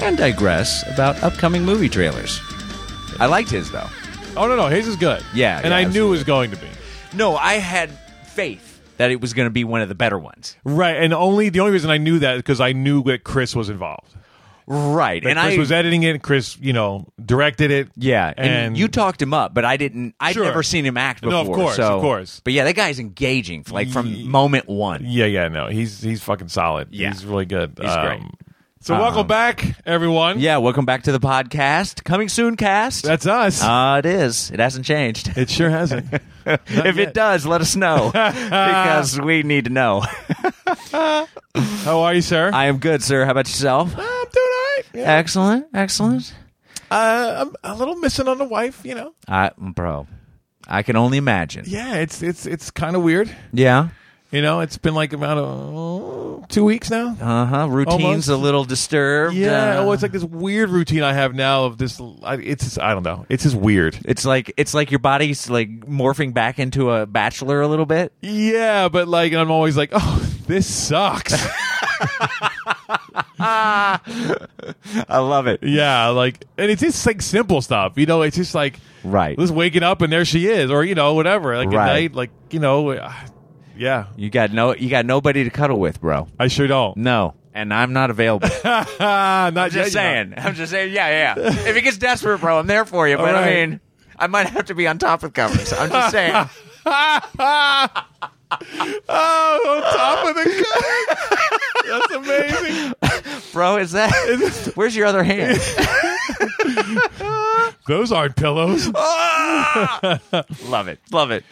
and digress about upcoming movie trailers. I liked his though. Oh, no, no, his is good. Yeah, And yeah, I knew it was going to be. No, I had faith that it was going to be one of the better ones. Right. And only the only reason I knew that is because I knew that Chris was involved. Right, That and Chris I was editing it. Chris, you know, directed it. yeah, and, And, you talked him up, but I didn't. I'd Sure. never seen him act No, before. of course, so- of course. But yeah, that guy's engaging, like from moment one. Yeah, yeah, no. He's he's fucking solid. Yeah. He's really good. Um, He's great. Um, So welcome back, everyone. Yeah, welcome back to the podcast. Coming soon, cast. That's us. uh, it is. It hasn't changed. it sure hasn't. if yet. it does, let us know because we need to know. How are you, sir? I am good, sir. How about yourself? I'm doing all right. Yeah. Excellent, excellent. Uh, I'm a little missing on the wife, you know. I, bro, I can only imagine. Yeah, it's it's it's kind of weird. Yeah. You know, it's been like about uh, two weeks now. Uh huh. Routine's Almost. a little disturbed. Yeah, uh, well, it's like this weird routine I have now of this. I, it's just, I don't know. It's just weird. it's like it's like your body's like morphing back into a bachelor a little bit. Yeah, but like I'm always like, oh, this sucks. I love it. yeah, like, and it's just like simple stuff. You know, it's just like Right. just waking up and there she is, or you know, whatever. Like Right. at night, like you know, uh, yeah, You got no. You got nobody to cuddle with, bro. I sure don't. Ah, No, and I'm not available. Not just saying. I'm just saying. Yeah, yeah. If it gets desperate, bro, I'm there for you. But I Alright. mean, I might have to be on top of covers. I'm just saying. Oh, on top of the cup. That's amazing. Bro, is that? Where's your other hand? Those aren't pillows. Love it. Love it.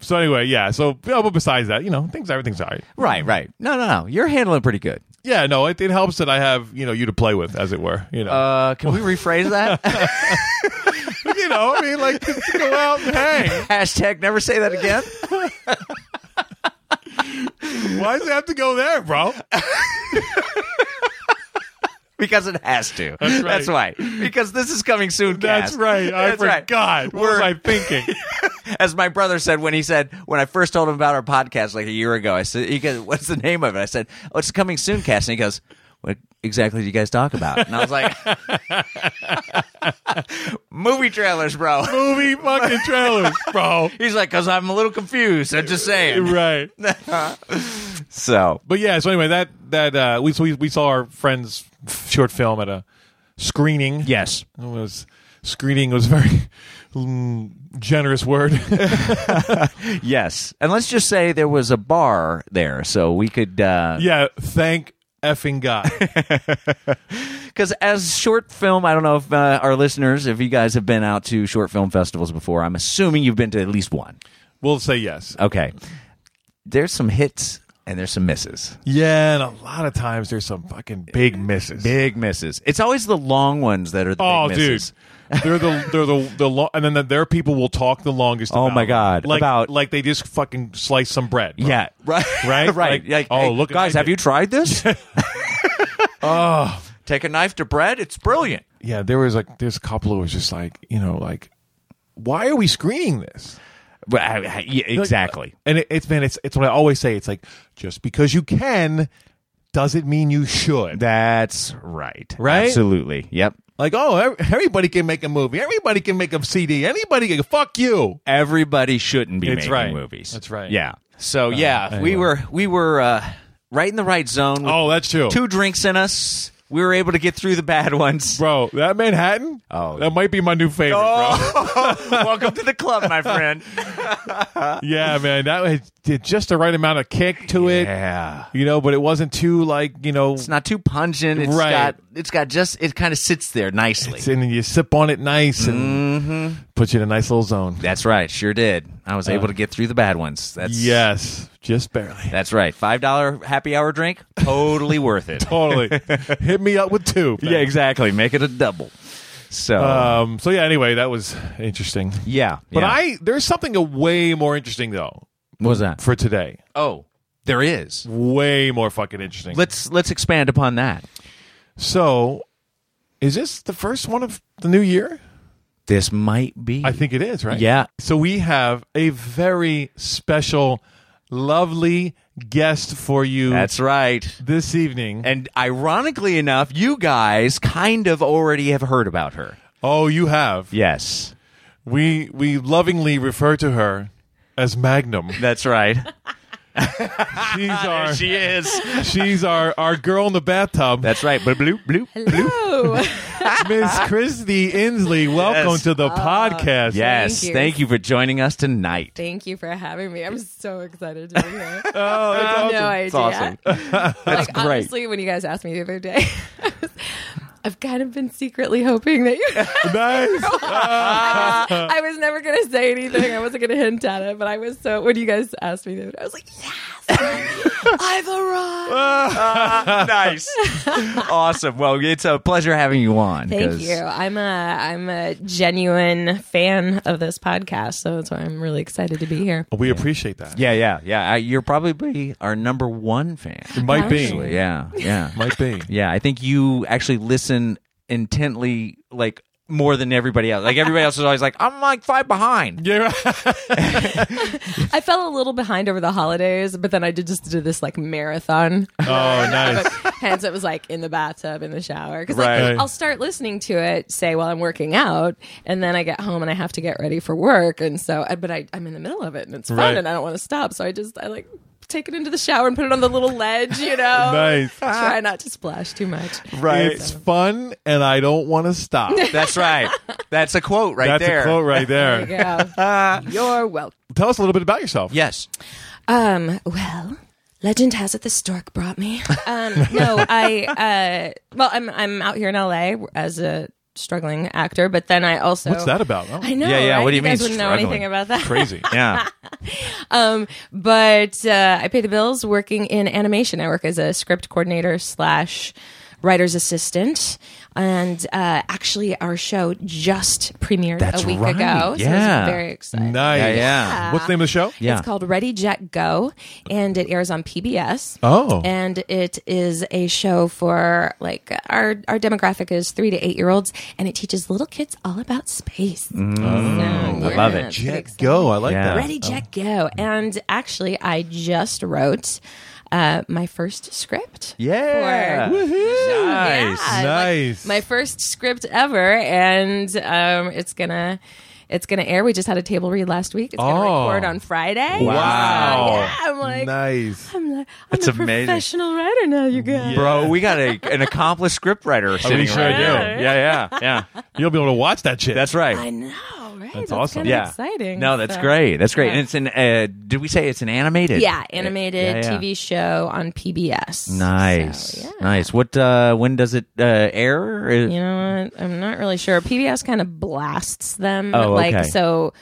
So anyway, yeah. So, yeah, but besides that, you know, things everything's all right. Right, right. No, no, no. You're handling pretty good. Yeah, no, it, it helps that I have you know you to play with, as it were. You know, Uh, can we rephrase that? you know, I mean, like to go out and hang. Hashtag never say that again. Why does it have to go there, bro? Because it has to. That's right. why. Because this is coming soon. That's cast. right. I That's right. forgot. What was We're- I thinking? As my brother said when he said when I first told him about our podcast like a year ago, I said, he goes, "What's the name of it?" I said, "Oh, it's coming soon, cast." And he goes, "What exactly do you guys talk about?" And I was like, "Movie trailers, bro." Movie fucking trailers, bro. He's like, "Cause I'm a little confused." I'm just saying. Right. So But yeah. So anyway, that that uh, we so we we saw our friend's short film at a screening. yes, It was screening was a very mm, generous word. Yes, and let's just say there was a bar there, so we could. uh yeah. Thank effing God. Because as short film, I don't know if uh, our listeners, if you guys have been out to short film festivals before, I'm assuming you've been to at least one. We'll say yes. Okay, there's some hits and there's some misses. Yeah, and a lot of times there's some fucking big misses. Big misses. It's always the long ones that are the Oh, big dude. misses. they're the they're the the lo- and then the, their people will talk the longest. Oh, about my it. God. Like About- like they just fucking slice some bread. bro. Yeah, right, Right? right. Like, Like, oh, hey, look at guys, my have dick. you tried this? oh, take a knife to bread. It's brilliant. yeah. There was like there's a couple who was just like you know like why are we screening this uh, But, I- I- yeah, exactly. And it, it's been it's it's what I always say. It's like just because you can doesn't mean you should. That's right. Right? Absolutely. Yep. Like oh, ev- everybody can make a movie. Everybody can make a CD. Anybody can fuck you. everybody shouldn't be It's making right. movies. That's right. Uh, Yeah. So yeah, anyway. we were we were uh, right in the right zone. With Oh, that's true. Two drinks in us. We were able to get through the bad ones. Bro, that Manhattan. Oh. that might be my new favorite, bro. Oh, welcome to the club, my friend. Yeah, man, that was did just the right amount of kick to Yeah. it, you know, but it wasn't too like you know. It's not too pungent. It's Right. got it's got just it kind of sits there nicely. and then you sip on it nice and Mm-hmm. put you in a nice little zone. That's right. Sure did. I Uh. was able to get through the bad ones. That's yes, just barely. That's right. Five dollar happy hour drink, totally worth it. Totally. Hit me up with two. yeah, exactly. Make it a double. So Um, so yeah. Anyway, that was interesting. yeah, But yeah. I there's something a way more interesting though what was that? for today. Oh, there is. Way more fucking interesting. Let's let's expand upon that. so, is this the first one of the new year? This might be. I think it is, right? Yeah. So we have a very special, lovely guest for you That's right. this evening. And ironically enough, you guys kind of already have heard about her. oh, you have. Yes. We we lovingly refer to her as Magnum. That's right. She's our she is. she's our, our girl in the bathtub. That's right. Bloop, bloop, bloop. Hello. Miss Christy Inslee. Welcome Yes. to the podcast. Yes. Oh, Thank Thank you. you. for joining us tonight. Thank you for having me. I'm so excited to be here. I Oh, that's have awesome. no idea. It's awesome. Like great. honestly, when you guys asked me the other day, I was- I've kind of been secretly hoping that you. nice. I was never going to say anything. I wasn't going to hint at it, but I was so. When you guys asked me the other day, I was like, yes, I've arrived. nice. awesome. Well, it's a pleasure having you on. Thank 'cause- you. I'm a I'm a genuine fan of this podcast, so that's why I'm really excited to be here. we appreciate that. Yeah, yeah, yeah. I, you're probably our number one fan. It might be. Actually, Yeah, yeah. Might be. Yeah, I think you actually listen intently, like more than everybody else. Like everybody else is always like, I'm like five behind. Yeah. I fell a little behind over the holidays, but then I did just did this like marathon. Oh, nice. Hence, it was like in the bathtub, in the shower. Because Right. like, I'll start listening to it, say while I'm working out, and then I get home and I have to get ready for work, and so I- but I, I'm in the middle of it and it's fun Right. and I don't want to stop, so I just I like take it into the shower and put it on the little ledge, you know. Nice. Try not to splash too much. It's fun, and I don't want to stop. That's right. That's a quote right That's there. a quote right there. There you go. You're welcome. Tell us a little bit about yourself. Yes. Um, well, legend has it the stork brought me. Um, no, I uh, well, I'm I'm out here in LA as a struggling actor, but then I also What's that about? Oh, I know. Yeah, yeah, right? what do you mean guys wouldn't know struggling? anything about that. crazy. Yeah. Um, but uh, I pay the bills working in animation. I work as a script coordinator slash writer's assistant, and uh, actually, our show just premiered That's a week right. ago. So Yeah. it's very exciting. Nice. Yeah, yeah. What's the name of the show? Yeah. It's called Ready Jet Go, and it airs on PBS. Oh. and it is a show for like our our demographic is three to eight year olds, and it teaches little kids all about space. I love it. Jet Go. I like Yeah. that. Ready Jet Go, and actually, I just wrote uh, my first script. Yeah. For- Nice. Yeah, like, Nice. my first script ever, and um, it's gonna. It's gonna air. We just had a table read last week. It's gonna Oh. record on Friday. Wow. So, yeah, I'm like, nice. I'm like, I'm That's a amazing. professional writer now, you guys. Bro, we got a, an accomplished scriptwriter sitting Oh, sure right do. here. Yeah, yeah, yeah. You'll be able to watch that shit. That's right. I know, right? That's, awesome. Kind of yeah. exciting. No, that's So- great. That's great. Yeah. And it's an uh did we say it's an animated? Yeah, animated Yeah, yeah. TV show on PBS. Nice. So, yeah. Nice. What uh when does it uh air? You know what? I'm not really sure. PBS kind of blasts them. Oh, Like, okay. so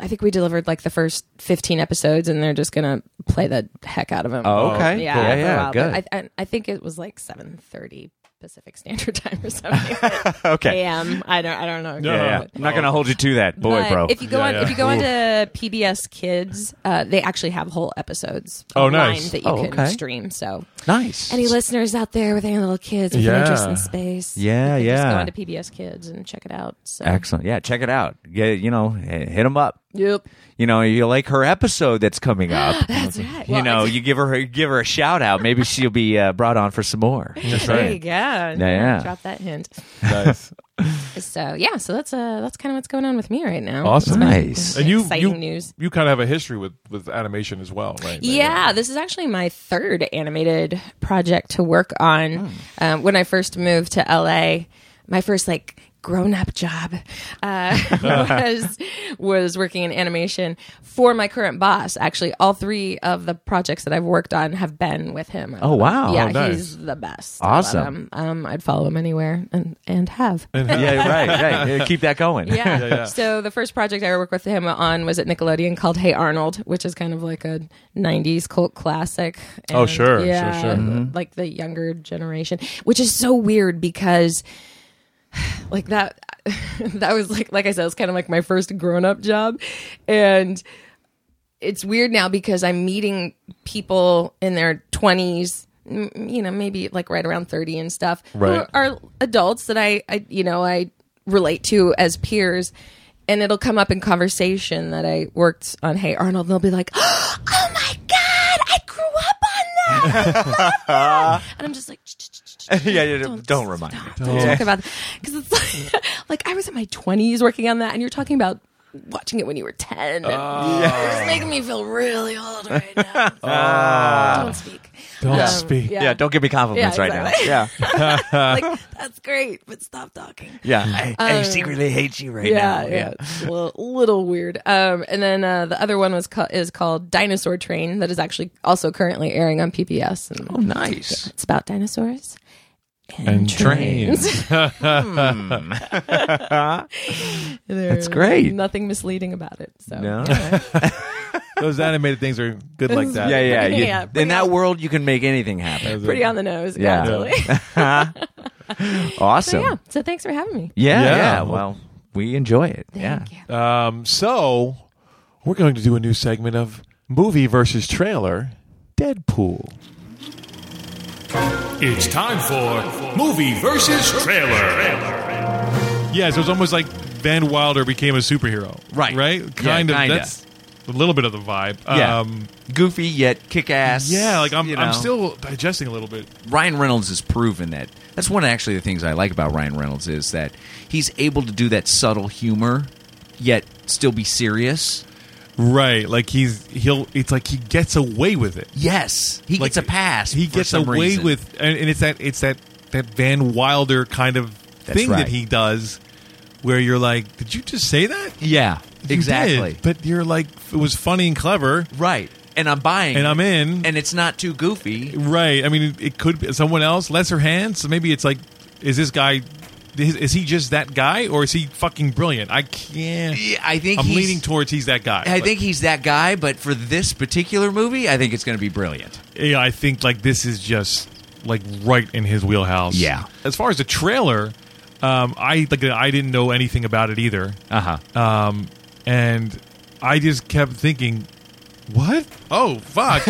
I think we delivered like the first 15 episodes and they're just going to play the heck out of them. Oh, okay. Yeah. Cool. Yeah, for a yeah, while. But good. I, I, I think it was like 7.30 Pacific Standard Time or something. okay. AM. I don't, I don't know. Yeah, yeah. I'm not gonna hold you to that, boy, But bro. If you go Yeah, on, yeah. if you go on to PBS Kids, uh, they actually have whole episodes. Oh, online nice. That you Oh, can okay. stream. So, nice. any listeners out there with any little kids with Yeah. an interest in space, Yeah, you can Just yeah. go on to PBS Kids and check it out. So. Excellent. Yeah, check it out. Get you know, h- hit them up. Yep. You know, you like her episode that's coming up. That's right. you Well, know, it's- you give her give her a shout out. Maybe she'll be uh, brought on for some more. That's there you go. Yeah, yeah. Drop that hint. nice. So yeah, so that's uh that's kind of what's going on with me right now. Awesome. Nice. And you, Exciting you, news. you kind of have a history with, with animation as well, right? Yeah, this is actually my Hmm. Uh, third animated project to work on. Um, when I first moved to LA, my first like grown up job uh, was was working in animation for my current boss. Actually, all three of the projects that I've worked on have been with him. Oh, wow. Yeah, Oh, nice. he's the best. I love Awesome. him. Um, I'd follow him anywhere and and have. yeah, right, right. Yeah, Keep that going. Yeah. So the first project I worked with him on was at Nickelodeon called Hey Arnold, which is kind of like a '90s cult classic. Oh, sure, sure, sure. Mm-hmm. Like the younger generation, which is so weird because, like that, that was like like I said, it was kind of like my first grown up job, and it's weird now because I'm meeting people in their 20s, m- you know, maybe like right around 30 and stuff, Right. who are adults that I, I, you know, I relate to as peers. And it'll come up in conversation that I worked on Hey Arnold, and they'll be like, oh my God, I grew up on that. and I'm just like, "Shh, shh, shh, shh, shh, Yeah, yeah, don't remind me. stop. Don't talk about because it's like, like I was in my twenties working on that, and you're talking about watching it when you were ten. and It's making me feel really old right now. don't speak. Um, Don't speak. Yeah, don't give me compliments Yeah, right now. Yeah, like that's great, but stop talking. yeah. I, I secretly hate you right Um, yeah, now. yeah, It's a little, little weird. Um, and then uh, the other one was ca- is called Dinosaur Train, that is actually also currently airing on PBS. And Oh, nice. It's about dinosaurs. And trains. That's great. Nothing misleading about it. So No? Those animated things are good like that. Yeah, yeah. you- Yeah, in bring that on- world, you can make anything happen. pretty on the nose. Yeah. Yeah, totally. Awesome. So yeah. So thanks for having me. Yeah, Yeah. yeah, Well, we enjoy it. yeah. Thank you. Um, so we're going to do a new segment of movie versus trailer Deadpool. It's time for Movie versus Trailer. Yeah, so it's almost like Van Wilder became a superhero. Right. Right? Yeah, Kind of. kinda. That's a little bit of the vibe. Yeah. Um, Goofy yet kick ass. yeah, like I'm, you I'm know. still digesting a little bit. Ryan Reynolds has proven that. That's one of actually the things I like about Ryan Reynolds is that he's able to do that subtle humor, yet still be serious. Right. Like he's, he'll, it's like he gets away with it. Yes, he like gets a pass. He for gets some away reason. with, and, and it's that it's that that Van Wilder kind of That's thing right. that he does, where you're like, did you just say that? yeah, You exactly. did, but you're like, it was funny and clever, Right, and I'm buying, and it. I'm in. and it's not too goofy. right. I mean, it, it could be someone else, lesser hands. So maybe it's like, is this guy? Is, is he just that guy, or is he fucking brilliant? I can't. Yeah, I think I'm he's- leaning towards he's that guy. I Like, think he's that guy, but for this particular movie, I think it's going to be brilliant. Yeah, I think like this is just like right in his wheelhouse. Yeah. As far as the trailer, um, I like I didn't know anything about it either, Uh huh. and I just kept thinking, "What? Oh fuck!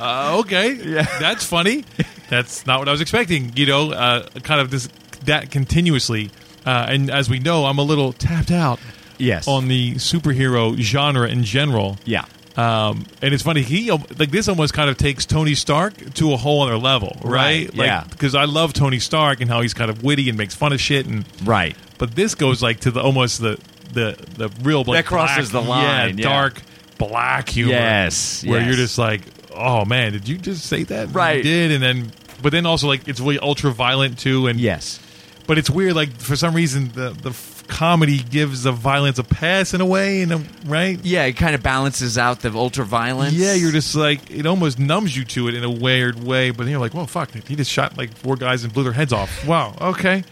uh, okay, yeah, that's funny. That's not what I was expecting." You know, uh, kind of this that continuously, uh, and as we know, I'm a little tapped out. Yes. On the superhero genre in general. yeah. Um, and it's funny he like this almost kind of takes Tony Stark to a whole other level, right? Right, yeah. Because I love Tony Stark and how he's kind of witty and makes fun of shit, and Right. but this goes like to the almost the the the real like, That crosses black- the line, yeah, yeah. dark black humor. Yes, where yes. you're just like, oh man, did you just say that? Right. you did, and then but then also like it's really ultra violent too, and Yes. but it's weird. Like for some reason the the f- comedy gives the violence a pass in a way, and a- right? Yeah, it kind of balances out the ultra violence. Yeah, you're just like it almost numbs you to it in a weird way. But then you're like, well, fuck, he just shot like four guys and blew their heads off. Wow, okay,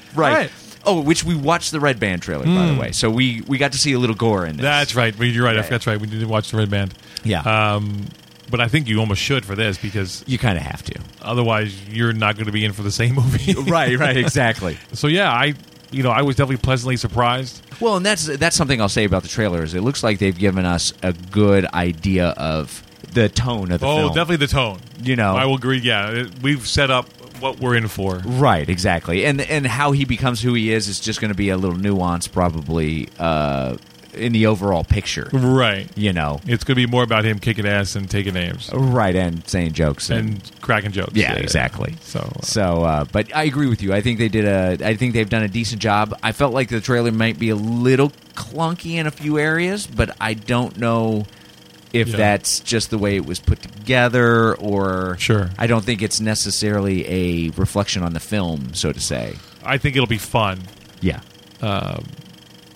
All right. Oh, which we watched the Red Band trailer by the way, so we we got to see a little gore in this. That's right. Well, You're right. I That's right. We did watch the Red Band. Yeah. Um, but I think you almost should for this because you kind of have to. otherwise you're not going to be in for the same movie. right. Right. Exactly. So yeah, I you know I was definitely pleasantly surprised. Well, and that's that's something I'll say about the trailer is it looks like they've given us a good idea of the tone of the Oh, film. definitely the tone. You know. I will agree. Yeah, it- we've set up what we're in for. Right, exactly, and and how he becomes who he is is just going to be a little nuance, probably, uh, in the overall picture. Right. You know, It's going to be more about him kicking ass and taking names. right, and saying jokes and cracking jokes. Yeah, exactly. So, uh, So, uh, but I agree with you. I think they did a. I think they've done a decent job. I felt like the trailer might be a little clunky in a few areas, but I don't know if Yeah. that's just the way it was put together or Sure. I don't think it's necessarily a reflection on the film, so to say. I think it'll be fun. Yeah.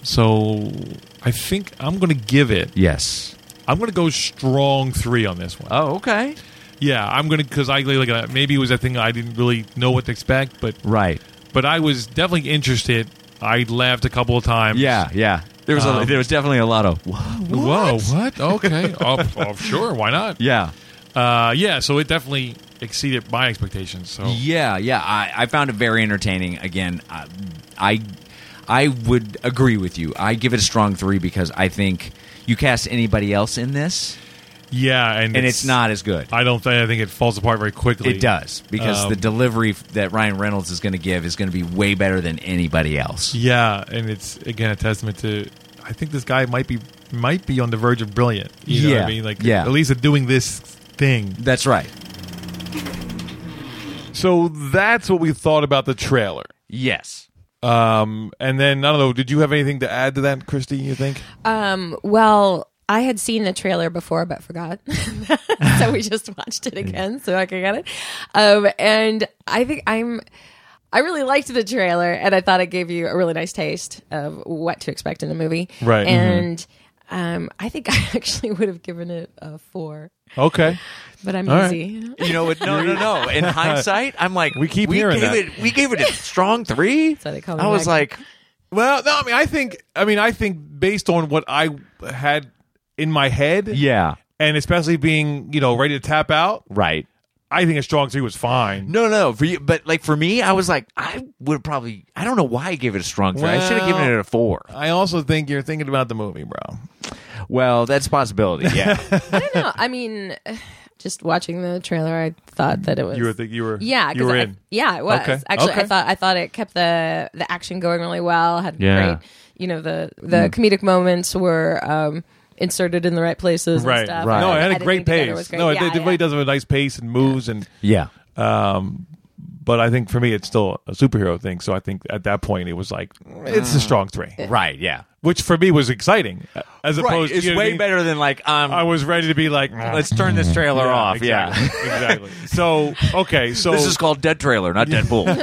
So I think I'm going to give it. Yes. I'm going to go strong three on this one. Oh, okay. Yeah, I'm going to because I like uh, maybe it was a thing I didn't really know what to expect, but Right. but I was definitely interested. I laughed a couple of times. Yeah. Yeah. There was a, Um, there was definitely a lot of whoa. Whoa! What? Okay. oh, oh, sure. Why not? Yeah. Uh, yeah. So it definitely exceeded my expectations. So Oh. Yeah, yeah. I, I found it very entertaining. Again, I, I I would agree with you. I give it a strong three because I think you cast anybody else in this, yeah, and and it's, not as good. I don't think I think it falls apart very quickly. It does because Um, the delivery f- that Ryan Reynolds is going to give is going to be way better than anybody else. Yeah, and it's again a testament to. I think this guy might be might be on the verge of brilliant. You know what Yeah, I mean, like yeah. at least at doing this thing. That's right. So that's what we thought about the trailer. Yes. Um, and then I don't know. Did you have anything to add to that, Christy? You think? Um, well, I had seen the trailer before, but forgot. so we just watched it again so I could get it. Um, and I think I'm. I really liked the trailer, and I thought it gave you a really nice taste of what to expect in the movie. Right. mm-hmm. And um, I think I actually would have given it a four, Okay. but I'm All right. easy. You know what? No, no, no. In hindsight, I'm like, We keep we hearing gave that. it. We gave it a strong three. why they call me I was Maggie. like, Well, no. I mean, I think. I mean, I think based on what I had in my head. Yeah. And especially being you know ready to tap out, Right. I think a strong three was fine. no, no. For you, but like for me, I was like, I would probably. I don't know why I gave it a strong three. I should have given Well- it a four. I also think you're thinking about the movie, bro. Well, that's a possibility. Yeah. I don't know. I mean, just watching the trailer, I thought that it was. You were think you were Yeah, 'cause you were I- in. Yeah, it was Okay, actually. I okay. thought I thought it kept the the action going really well. Had Yeah. great, you know, the the comedic moments were um, inserted in the right places. right, and stuff. right. No, it had a Editing great together pace. was great. No, it, Yeah, it really yeah. does have a nice pace and moves and. yeah. But I think for me, it's still a superhero thing. So I think at that point, it was like it's Mm. a strong three, Right. Yeah. which for me was exciting. As opposed, It's you know what I way mean? better than like um. I was ready to be like, "Mm, let's turn this trailer yeah, off. Yeah. exactly, exactly. So okay, so This is called Dead Trailer, not Deadpool.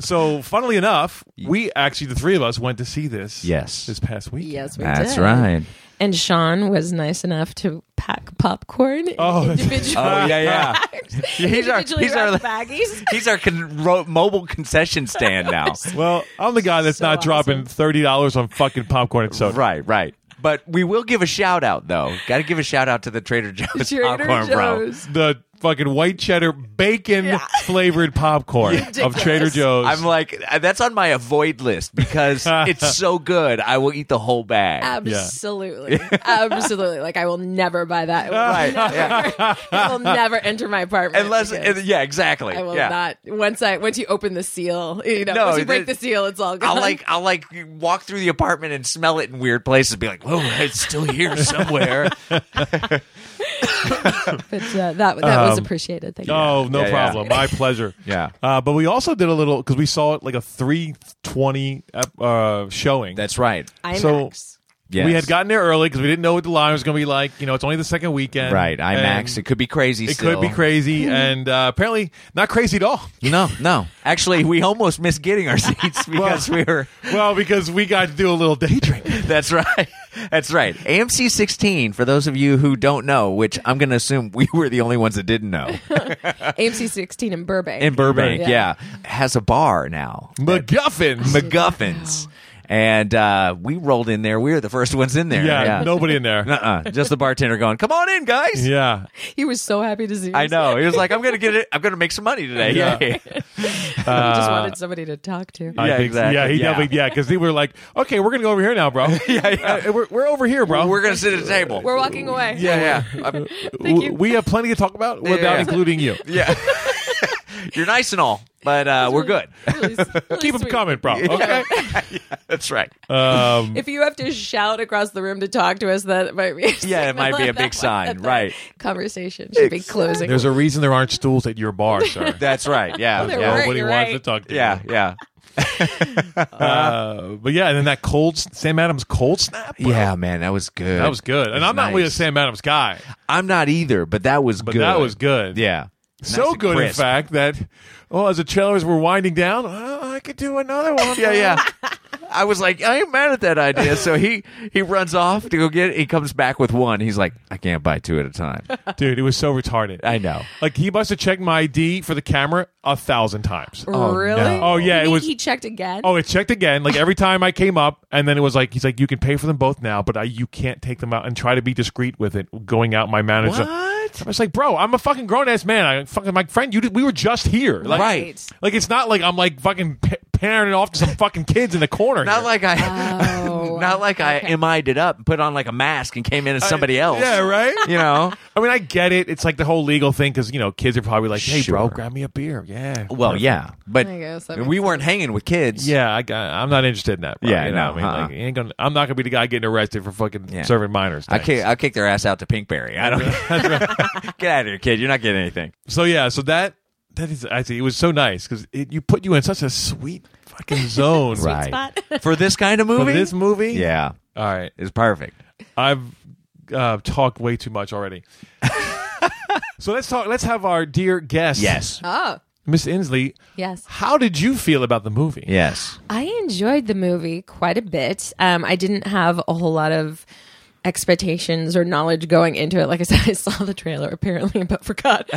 so funnily enough, we actually the three of us went to see this. Yes. this past week. Yes, we That's did. right. And Sean was nice enough to pack popcorn. Oh, in that's- individual Oh yeah, yeah. bags, he's our- individually he's our- wrapped baggies. He's our con- ro- mobile concession stand now. Well, I'm the guy that's So not dropping awesome. thirty dollars on fucking popcorn and soda. right, right. But we will give a shout out though. Got to give a shout out to the Trader Joe's Trader popcorn, bro. Joe's. The fucking white cheddar bacon Yeah. flavored popcorn of Ridiculous. Trader Joe's. I'm like that's on my avoid list because it's so good. I will eat the whole bag. Absolutely. Absolutely. Like I will never buy that. It will, Right, never, it will never enter my apartment. Unless, because yeah, exactly. I will yeah. not once I once you open the seal, you know, No, once you break that- the seal, it's all gone. I'll like I'll like walk through the apartment and smell it in weird places. Be like, whoa, it's still here somewhere. but uh, that that Um, was appreciated. Thank you. Oh, no Yeah, yeah. problem. My pleasure. Yeah. Uh, but we also did a little because we saw it like a three twenty uh, showing. That's right. IMAX. so- Yes. we had gotten there early because we didn't know what the line was going to be like. You know, it's only the second weekend, right IMAX. and It could be crazy. It could be crazy, and uh, apparently not crazy at all. No, no. Actually, we almost missed getting our seats because we were. Well, because we got to do a little day drinking. That's right. That's right. AMC 16, for those of you who don't know, which I'm going to assume we were the only ones that didn't know, AMC 16 in Burbank. in Burbank, yeah, Yeah. has a bar now. MacGuffins. MacGuffins. And uh, we rolled in there. We were the first ones in there. yeah, nobody in there. Uh-uh. Just the bartender going, come on in, guys. Yeah. He was so happy to see. I us. know. He was like, I'm going to get it. I'm going to make some money today. Yeah. Yay. He Uh, just wanted somebody to talk to. I Yeah, think- exactly. Yeah, he Yeah. definitely. Yeah, because they were like, "Okay, we're gonna go over here now, bro. yeah, yeah. we're, we're over here, bro. We're going to sit at a table. We're walking away. yeah, yeah. I'm- W- we have plenty to talk about without yeah. including you. yeah. You're nice and all, but uh, we're good. Really, really Keep them sweet. coming, bro. Okay. That's right. Um, If you have to shout across the room to talk to us, that might be. a Yeah, it might signal be a that big that sign, that right. Conversation should be closing. there's a reason there aren't stools at your bar, sir. That's right. Yeah. There yeah. were- Nobody you're wants right. to talk to Yeah, yeah. you. Uh, but yeah, and then that cold s- Sam Adams cold snap. bro. Yeah, man, that was good. that was good. And I'm not really a nice. Sam Adams guy, I'm not either, but that was but good. that was good. Yeah. so and good, in crisp. fact, that oh, as the trailers were winding down, oh, I could do another one. yeah, yeah. I was like, I ain't mad at that idea. So he he runs off to go get. it. He comes back with one. He's like, I can't buy two at a time. dude, it was so retarded. I know. Like he must have checked my ID for the camera a thousand times. really? Oh, yeah, it He- was- He checked again. Oh, it checked again. Like every time I came up, and then it was like he's like, "You can pay for them both now, but I, you can't take them out and try to be discreet with it." Going out, my manager. I was like, "Bro, I'm a fucking grown ass man. I fucking my friend. You did, we were just here, like, Right. Like it's not like I'm like fucking pa- parenting off to some fucking kids in the corner. Not here. like I, Oh. not like I mi'd it up, put on like a mask, and came in as somebody else. yeah, right. You know. I mean, I get it. It's like the whole legal thing because you know kids are probably like, "Hey, bro, Sure. grab me a beer." Yeah. Well, yeah, but I guess that we makes weren't hanging with kids. Yeah, I got, I'm not interested in that. Bro. Yeah, you know, what no, I mean, uh-uh. like, you ain't gonna, I'm not gonna be the guy getting arrested for fucking Yeah. serving minors. I Thanks. kick, I kick their ass out to Pinkberry. I don't get out of here, kid. You're not getting anything. So yeah, so that that is actually it was so nice because it you put you in such a sweet fucking zone right. For this kind of for movie? this movie. Yeah. All right, It's perfect. I've uh, talked way too much already. so let's talk. Let's have our dear guest, Yes. Oh, Miss Inslee. yes. How did you feel about the movie? Yes. I enjoyed the movie quite a bit. Um, I didn't have a whole lot of expectations or knowledge going into it. Like I said, I saw the trailer apparently, but forgot.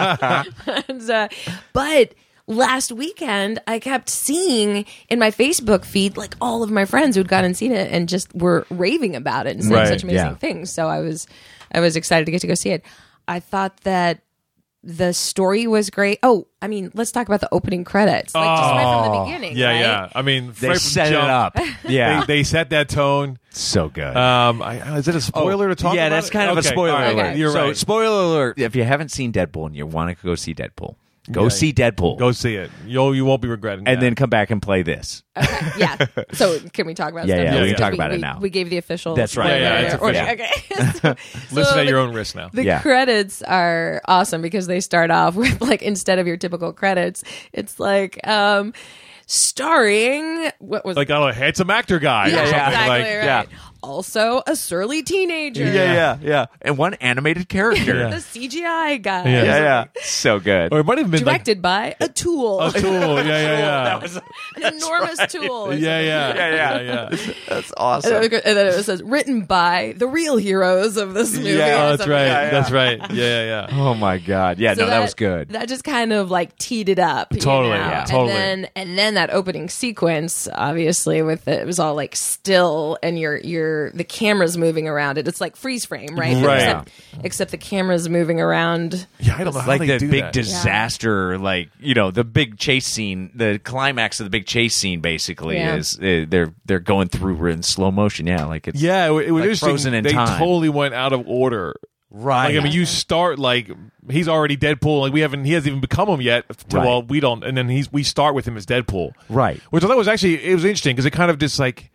and, uh, but last weekend, I kept seeing in my Facebook feed like all of my friends who'd gone and seen it and just were raving about it and saying Right, such amazing yeah. things. So I was, I was excited to get to go see it. I thought that the story was great. Oh, I mean, let's talk about the opening credits, like just right from the beginning. Oh, Yeah, right? yeah. I mean, They right from set it jump, up. Yeah. They, they set that tone. so good. Um, I, is it a spoiler to talk? yeah, about that's it? kind of Okay, a spoiler all right, alert. You're so, right. spoiler alert. If you haven't seen Deadpool and you want to go see Deadpool, go see Deadpool. Go see it. You'll you won't be regretting. and that. then come back and play this. yeah. So can we talk about Yeah, stuff we yeah, now? can Because talk about it now. We gave the official. That's right. spoiler Yeah, yeah, alert. it's okay. So- listen so at your the- own risk now. The Yeah. credits are awesome because they start off with like instead of your typical credits, it's like um starring what was like I don't know, handsome actor guy. or something. exactly like, right. Also a surly teenager. yeah, yeah. And one animated character. Yeah. The CGI guy. Yeah. yeah, yeah. So good. Or it might have been Directed by a tool. like a tool. Yeah, yeah, yeah. an enormous tool. or yeah, yeah, Yeah, yeah. yeah, Oh, yeah. That's And then awesome. it goes- and then it says written by the real heroes of this movie. Yeah. or Oh, that's something. right. That's right. Yeah, yeah, yeah. Oh my god. Yeah, So no, that, was good. That just kind of like teed it up. you Totally, know? yeah, And totally. then and then that opening sequence, obviously, with it, it was all like still, and your your the camera's moving around it. It's like freeze frame, right? But Right. Except, except the camera's moving around. Yeah, I don't know how like they the do big that. disaster, like you know, the big chase scene, the climax of the big chase scene, basically Yeah. is uh, they're they're going through in slow motion. Yeah, like it's Yeah, it, it was Like interesting. frozen in they time. totally went out of order. right. Like I mean, you start like he's already Deadpool. Like we haven't, he hasn't even become him yet. To- Right. Well, we don't, and then he's we start with him as Deadpool, Right. Which I thought was actually it was interesting because it kind of just like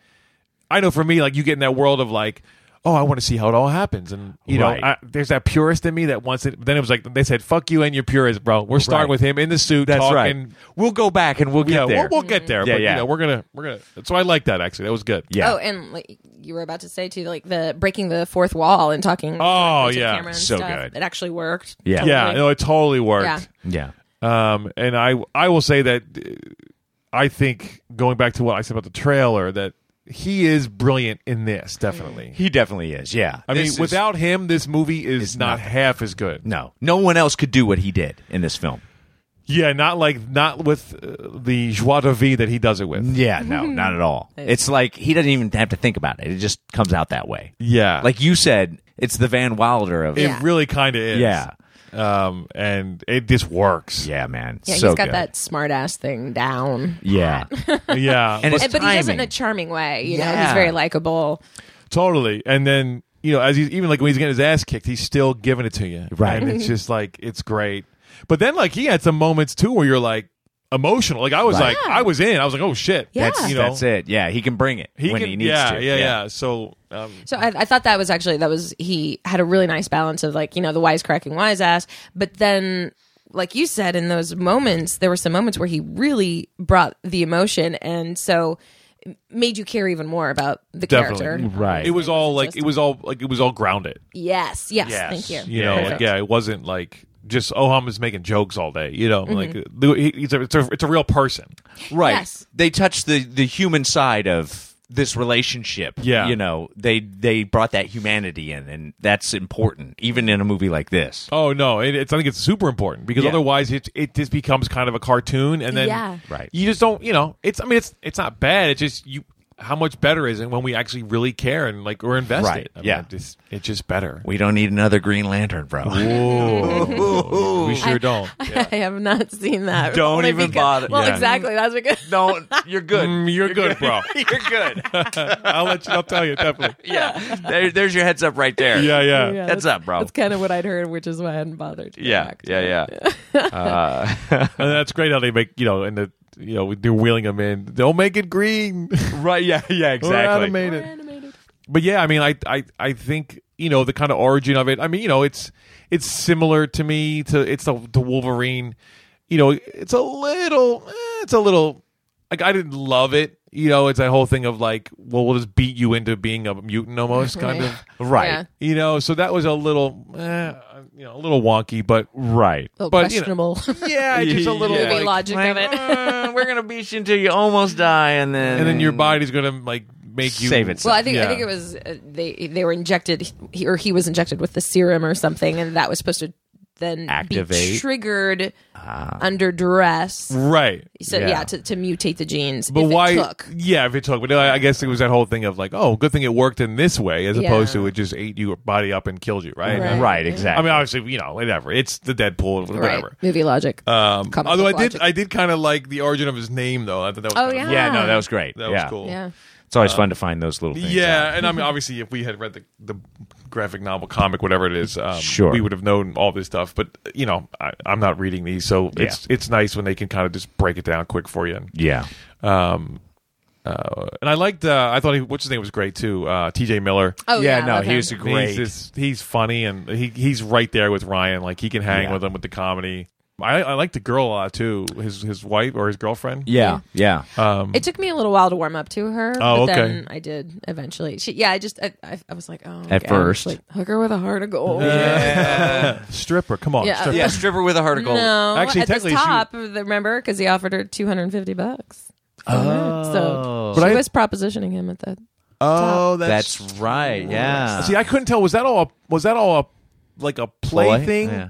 I know for me, like you get in that world of like, oh, I want to see how it all happens, and you Right. know, I, there's that purist in me that wants it. Then it was like they said, "Fuck you and your purist, bro. We're starting Right. with him in the suit, that's talking. right. We'll go back and we'll get Yeah, there. Mm-hmm. we'll, we'll get there. Yeah, but, yeah. You know, we're gonna we're gonna. So I like that actually. That was good. yeah. Oh, and like you were about to say too, like the breaking the fourth wall and talking. Oh, to yeah. camera and So stuff. good. It actually worked. Yeah. Totally. Yeah, no, it totally worked. Yeah. yeah. Um, and I I will say that uh, I think going back to what I said about the trailer that he is brilliant in this definitely. He definitely is. Yeah. I This mean, is- without him, this movie is, is not nothing. half as good. no, no one else could do what he did in this film. Yeah, not like not with uh, the joie de vie that he does it with. Yeah, no, not at all. It's like he doesn't even have to think about it. It just comes out that way. Yeah, Like you said, it's the Van Wilder of it Yeah. really kind of is. Yeah. um, and it just works. Yeah, man. Yeah, so he's got good. that smart ass thing down. Yeah. yeah, And but- it's And- but he does it in a timing. charming way. You know, he's Yeah. very likable. Totally. And then, you know, as he's even like when he's getting his ass kicked, he's still giving it to you. Right. And it's just like it's great. But then like he had some moments too where you're like emotional. Like I was Right. like I was in. I was like, oh shit. Yeah. That's, you know, that's it. Yeah, he can bring it He when can, he needs yeah, to. Yeah, yeah, So um, So I, I thought that was actually that was he had a really nice balance of like you know the wisecracking wise ass, but then like you said in those moments there were some moments where he really brought the emotion and so made you care even more about the Definitely. character. Right. it was all like it was all like it was all grounded. Yes. Yes. Thank you. You know, Perfect. like yeah, it wasn't like just Oham is making jokes all day. You know, Mm-hmm. like uh, he- he's a, it's a it's a real person. right Yes. they touched the the human side of this relationship Yeah. you know they they brought that humanity in and that's important even in a movie like this Oh no, it, it's I think it's super important because Yeah. otherwise it it just becomes kind of a cartoon, and then Yeah. Right. you just don't you know it's I mean it's it's not bad. It's just you how much better is it when we actually really care and like we're invested. Right. I Yeah. mean, it's, it's just better. we don't need another green lantern bro we sure don't. I have not seen that. Don't Only even because- bother. Well, Yeah. exactly. That's because no you're good Mm, you're, good, bro. you're good I'll let you. I'll tell you definitely. yeah there, there's your heads up right there Yeah, yeah. Yeah, That's up, bro. That's kind of what I'd heard, which is why I hadn't bothered. to go yeah back to it. yeah yeah And that's great how they make you know and the you know they're wheeling them in. Don't make it green. right yeah yeah Or animated. But yeah, I mean, I, I, I think you know the kind of origin of it. I mean, you know, it's it's similar to me to it's the, the Wolverine. You know, it's a little, eh, it's a little. Like I didn't love it. You know, it's that whole thing of like, well, we'll just beat you into being a mutant almost, kind of. right Yeah. You know, so that was a little, eh, you know, a little wonky, but right Little But, you know- questionable yeah, just a little movie like- logic of it. Uh, we're gonna beat you until you almost die and then and then your body's gonna like make you Mm. Save itself. Well, I think I Yeah. think it was uh, they they were injected he, or he was injected with the serum or something, and that was supposed to then be Activate. triggered under duress. right. So yeah, Yeah. to, to mutate the genes. But if why? It took. Yeah, if it took. But I I guess it was that whole thing of like, oh, good thing it worked in this way, as opposed Yeah. to it just ate your body up and killed you, right? Right. right I exactly mean, obviously, you know, whatever. It's the Deadpool, whatever. Right. Movie logic. Um, Comic although I book did, logic. I did kind of like the origin of his name, though. I thought that was. Oh, kind of- yeah no that was great that yeah. Uh, was cool. yeah. it's always fun to find those little things out. Yeah, and I mean, obviously, if we had read the the graphic novel, comic, whatever it is, um, Sure. we would have known all this stuff. But you know, I, I'm not reading these, so it's it's nice when they can kind of just break it down quick for you. And, yeah Um, uh, and I liked. Uh, I thought he, what's his name was great too. Uh, T.J. Miller. Oh yeah. no love he him. was a He's, great just- he's funny and he he's right there with Ryan. Like he can hang Yeah. with him with the comedy. I I like the girl a lot too. His his wife or his girlfriend. yeah Uh, yeah It took me a little while to warm up to her. Oh, but okay. Then I did eventually. She, yeah, I just I, I, I was like, oh. At God. first. like hook her with a heart of gold. Stripper. Come on. Yeah. Stripper. yeah stripper with a heart of gold No, Actually, at the technically, she- top, remember, because he offered her two hundred and fifty bucks. Oh, so But she I- was propositioning him at that. Oh, that's right yeah See, I couldn't tell. Was that all? A, was that all a like a play, Boy. thing? Yeah.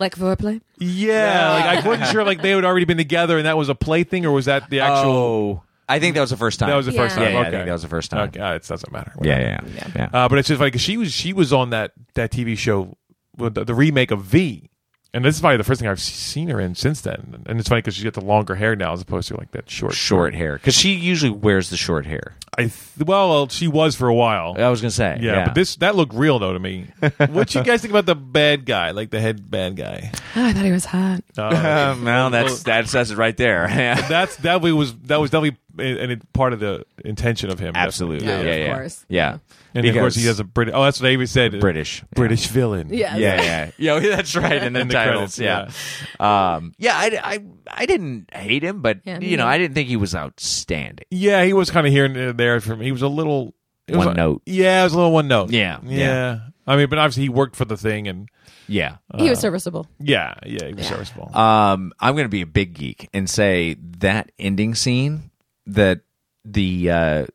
Like foreplay? Yeah, Like I wasn't sure. Like they had already been together, and that was a play thing, or was that the actual? Oh, I think that was the first time. That was the first Yeah. time. Oh, Yeah, yeah, I okay. think that was the first time. Okay, uh, it doesn't matter. Yeah, yeah, yeah. yeah. Uh, but it's just like she was she was on that that TV show, with the, the remake of V, and this is probably the first thing I've seen her in since then. And it's funny because she's got the longer hair now as opposed to like that short. short hair because she usually wears the short hair. I th- well, she was for a while. I was gonna say, yeah, but this that looked real though to me. what you guys think about the bad guy, like the head bad guy? Oh, I thought he was hot. Uh, no, that's that says it right there. Yeah. that's that we was that was definitely and it, part of the intention of him. Absolutely, yeah, Yeah, of yeah, yeah. course. yeah. And of course, he has a British. Oh, that's what Avery said. British, British villain. Yeah. yeah, yeah, yeah. That's right. In the, In the titles, credits, yeah. Um, yeah, I, I, I didn't hate him, but Yeah, me you know, neither. I didn't think he was outstanding. Yeah, he was kind of here and there from. He was a little it was a- One note. Yeah, it was a little one note. Yeah, yeah. yeah. I mean, but obviously he worked for the thing, and Yeah. he was serviceable. yeah, yeah, he was serviceable. Um, I'm going to be a big geek and say that ending scene that the uh,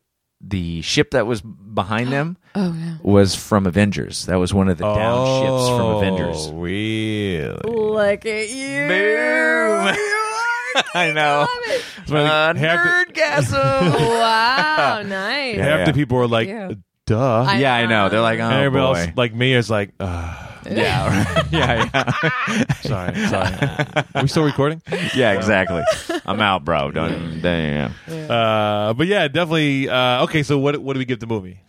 the ship that was behind them Oh yeah. was from Avengers. That was one of the down ships from Oh, Avengers. Really? Look at you. I Oh. know. Uh, Like, half the- nerdgasm. Wow, nice. Half Yeah. the people were like, Yeah. "Duh." I- yeah, I know. They're like, oh And everybody boy. else, like me, is like, uh, yeah, right. yeah, yeah, sorry, sorry. Are we still recording? yeah. Exactly. I'm out, bro. Don't. Damn. Uh, but yeah, definitely. Uh, okay, so what what do we give the movie?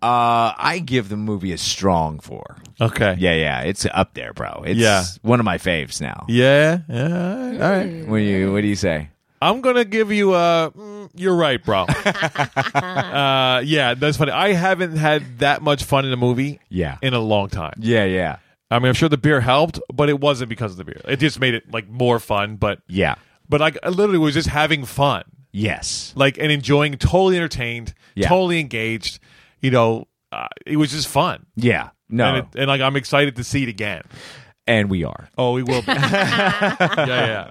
Uh, I give the movie a strong four. Okay. Yeah, yeah. It's up there, bro. It's Yeah. one of my faves now. Yeah. yeah all right, all right. What do you What do you say? I'm gonna give you a. Mm, you're right, bro. uh, yeah, that's funny. I haven't had that much fun in a movie. Yeah. in a long time. Yeah, yeah, I mean, I'm sure the beer helped, but it wasn't because of the beer. It just made it like more fun. But yeah. but like I literally was just having fun, Yes. like and enjoying, totally entertained, Yeah. totally engaged. You know, uh, it was just fun. Yeah. No. And, it, and like I'm excited to see it again. and we are. Oh, we will. Be. yeah, yeah.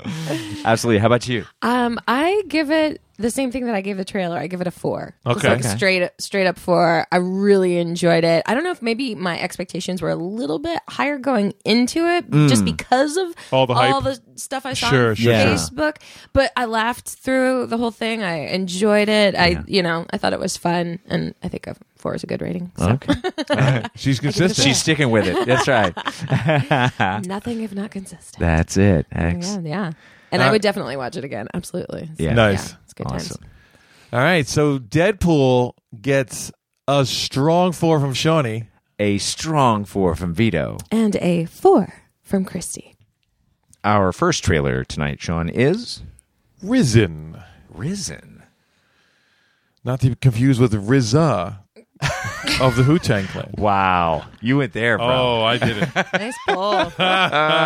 Absolutely. How about you? Um, I give it the same thing that I gave the trailer. I give it a four. Just Okay. like a Okay. straight straight up four. I really enjoyed it. I don't know if maybe my expectations were a little bit higher going into it, just because of Mm. All the hype. all the stuff I saw Sure, sure, on sure. Facebook. But I laughed through the whole thing. I enjoyed it. I you know I thought it was fun, and I think a four is a good rating. So Okay. She's consistent. She's sticking with it. That's right. nothing if not consistent. That's it. yeah, Excellent. yeah. And I would definitely watch it again. Absolutely. So, Yeah. Uh, Nice. yeah, it's good times. Awesome. All right, so Deadpool gets a strong four from Shawnee. A strong four from Vito. And a four from Christy. Our first trailer tonight, Sean, is Risen, Risen. not to be confused with RZA of the Wu Tang Clan. Wow. Oh. You went there, bro. I did it. Nice pull.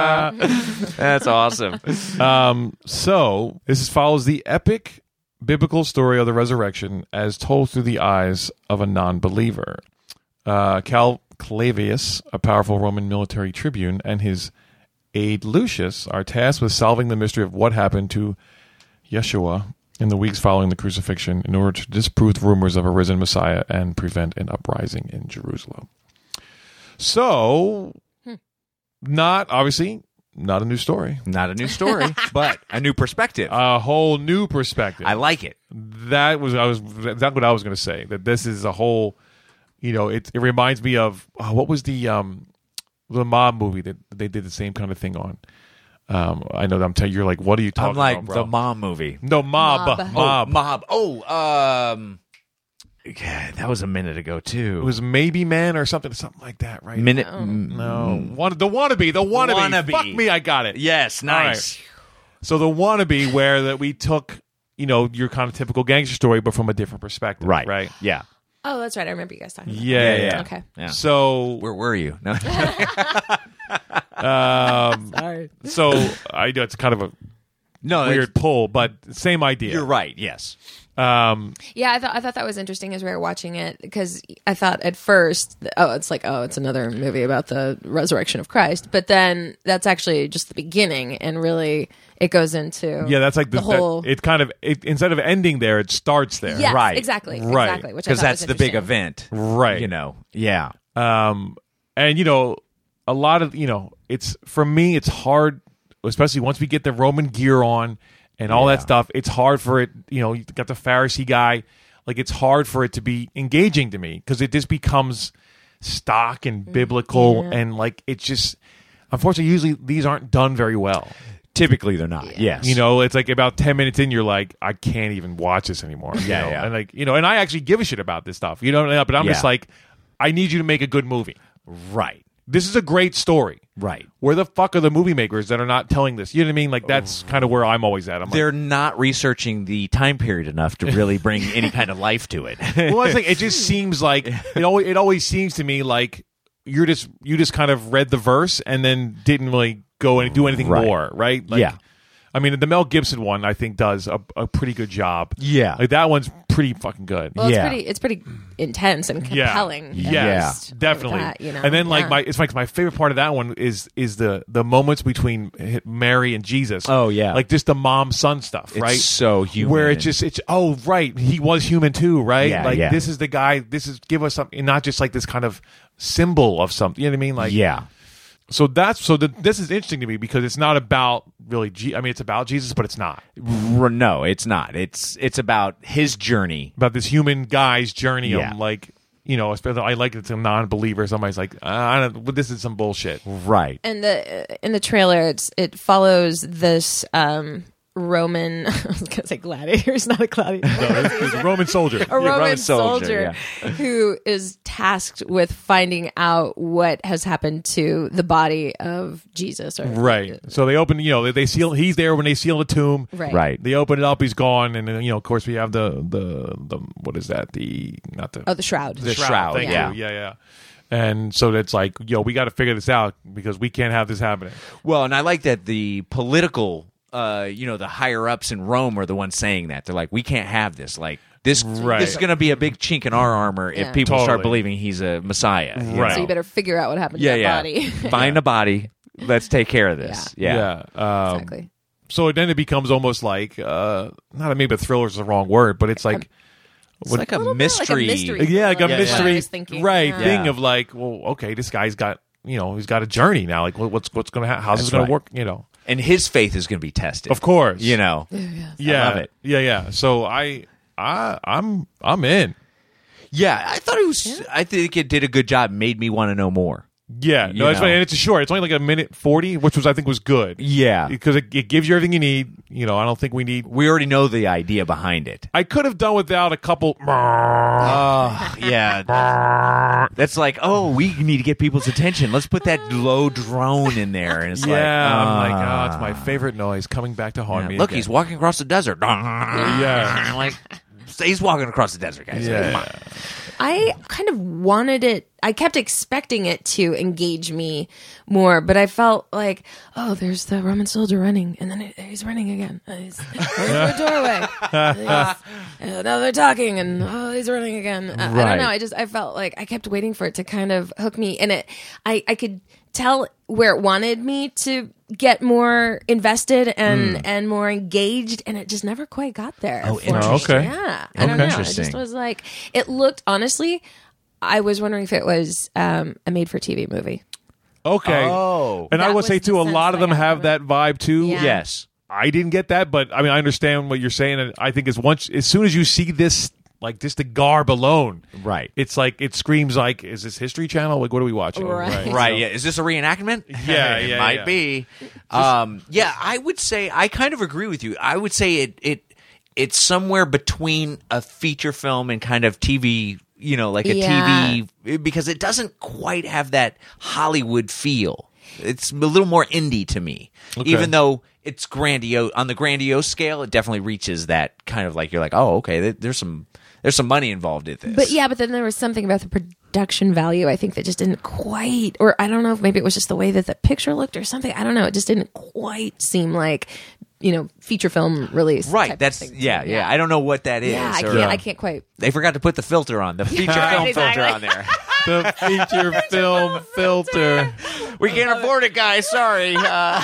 That's awesome. um, so this follows the epic biblical story of the resurrection as told through the eyes of a non-believer. Uh, Cal Clavius, a powerful Roman military tribune, and his aide Lucius are tasked with solving the mystery of what happened to Yeshua in the weeks following the crucifixion in order to disprove rumors of a risen Messiah and prevent an uprising in Jerusalem. So, not obviously not a new story, Not a new story, but a new perspective. a whole new perspective. I like it. that was I was that's what I was going to say that this is a whole, you know, it it reminds me of oh, what was the um the mob movie that they did the same kind of thing on. Um, I know that I'm telling you, you're like, what are you talking I'm like about, bro? the mom movie. no mob, mob. Mob. Oh, mob. Oh, um, God, that was a minute ago too. It was maybe man or something, something like that, right? minute. Oh. Mm. No, One, the wannabe, the wannabe. Wannabe. Fuck me, I got it. Yes, nice. So the wannabe, where that we took, you know, your kind of typical gangster story, but from a different perspective, right? Right. Yeah. Oh, that's right. I remember you guys talking. About Yeah. Yeah, yeah, yeah. Okay. Yeah. So Where were you? No. So I know it's kind of a no. weird pull, but same idea. You're right. Yes. Um, that. Yeah, I thought I thought that was interesting as we were watching it because I thought at first, oh, it's like oh, it's another movie about the resurrection of Christ, but then that's actually just the beginning, and really it goes into yeah, that's like the, the whole. That, it kind of it, instead of ending there, it starts there. yes, right. Exactly. Right. Exactly. Which I Because thought was that's the big interesting. event. Right. You know. Yeah. Um, and you know, a lot of you know, it's for me, it's hard, especially once we get the Roman gear on and all Yeah. that stuff. It's hard for it. You know, you got the Pharisee guy. Like it's hard for it to be engaging to me because it just becomes stock Mm, and biblical and like it's just unfortunately usually these aren't done very well. Typically they're not. Yes. You know, it's like about ten minutes in, you're like, I can't even watch this anymore. you Yeah, know? yeah. And like, you know, and I actually give a shit about this stuff. You know, but I'm Yeah. just like, I need you to make a good movie. Right. This is a great story. Right. Where the fuck are the movie makers that are not telling this? You know what I mean? Like that's kind of where I'm always at. I'm like, Oh. They're not researching the time period enough to really bring any kind of life to it. well, it's like it just seems like it always it always seems to me like you're just you just kind of read the verse and then didn't really go and do anything Right. more, right? Like, Yeah. I mean, the Mel Gibson one I think does a, a pretty good job. Yeah. like that one's pretty fucking good. Well, Yeah. it's pretty. It's pretty intense and yeah. compelling. at Yes, least, with definitely. that, you know? And then like Yeah. my it's like my favorite part of that one is is the the moments between hi- Mary and Jesus. Oh, yeah. like just the mom son stuff, It's right? so human Where and- it's just it's oh right, he was human too, right? Yeah, like yeah. this is the guy. This is give us something, not just like this kind of symbol of something. You know what I mean? Like yeah. So that's so the, this is interesting to me because it's not about really. Je- I mean, it's about Jesus, but it's not R- No, it's not. It's it's about his journey. about this human guy's journey. Yeah. Of like. You know, especially I like it's a non-believer. Somebody's like, "Ah, I don't, but this is some bullshit. Right. and the in the trailer it's it follows this um roman i was gonna say gladiator it's not a gladiator He's a Roman soldier. a roman, Roman soldier, soldier, who is tasked with finding out what has happened to the body of jesus or Right. So they open, you know, they, they seal. He's there when they seal the tomb. right Right. They open it up. He's gone, and then, you know, of course, we have the the the what is that? The not the oh the shroud the shroud, Thank yeah. you. Yeah, yeah. And so it's like, yo, we got to figure this out because we can't have this happening. Well, and I like that the political, uh, you know, the higher ups in Rome are the ones saying that. They're like, we can't have this. Like this, Right. this is going to be a big chink in our armor if Yeah. people start Totally. believing he's a messiah. you Right. know? so you better figure out what happened Yeah, Um, to that yeah. body Find a body. let's take care of this. Yeah. um, Exactly. So then it becomes almost like uh, not maybe a thriller is the wrong word, but it's like It's What- like a little bit like a mystery. mystery. yeah, like a Yeah, yeah. That's what I was mystery thinking. right Yeah. thing Yeah. of like, well, okay, this guy's got you know he's got a journey now. Like, what- what's what's gonna happen? How's this That's gonna right. work? You know, And his faith is going to be tested. of course, You know. yeah, love it. yeah, yeah. So I, I, I'm, I'm in. Yeah, I thought it was I think it did a good job, made me want to know more. Yeah, You no, it's know. funny. And it's short. It's only like a minute forty, which was I think was good. Yeah. because it, it gives you everything you need. You know, I don't think we need. We already know the idea behind it. I could have done without a couple. yeah. that's- Oh, That's like, oh, we need to get people's attention. Let's put that low drone in there. And it's yeah, Oh, I'm like, ah. like, oh, it's my favorite noise coming back to haunt Yeah, me. Look, again. he's walking across the desert. Yeah. like, so he's walking across the desert, guys. Yeah. Come on. I kind of wanted it. I kept expecting it to engage me more, but I felt like, oh, there's the Roman soldier running, and then it, he's running again. Uh, He's there's the doorway. He's- uh, now they're talking, and oh, he's running again. I, I Right. don't know. I just I felt like I kept waiting for it to kind of hook me, and it. I I could tell where it wanted me to get more invested and Hmm. and more engaged, and it just never quite got there. Oh, interesting. okay. Yeah, I don't Okay. know. It Interesting. just was like it looked honestly. I was wondering if it was um, a made-for-TV movie. okay. Oh. and I That would was say the too, a sense lot of I them have that got vibe too. Yeah. Yes. I didn't get that, but I mean, I understand what you're saying, and I think as once, as soon as you see this, like just the garb alone, Right. It's like it screams like, is this History Channel? Like, what are we watching? Right. Right. Yeah. Is this a reenactment? Yeah, it yeah, might yeah. be. Um, yeah, I would say I kind of agree with you. I would say it it it's somewhere between a feature film and kind of TV, you know, like a TV because it doesn't quite have that Hollywood feel. It's a little more indie to me, even though it's grandiose on the grandiose scale. It definitely reaches that kind of like you're like, oh, okay, there- there's some there's some money involved in this. But yeah, but then there was something about the production value. I think that just didn't quite, or I don't know if maybe it was just the way that the picture looked or something. I don't know. It just didn't quite seem like you know feature film release. type right? of That's thing to yeah, me. yeah. I don't know what that is. Yeah, I or- can't. I can't quite. They forgot to put the filter on the feature film Right, filter exactly. on there. The feature film filter. We can't afford it, guys. Sorry. Uh,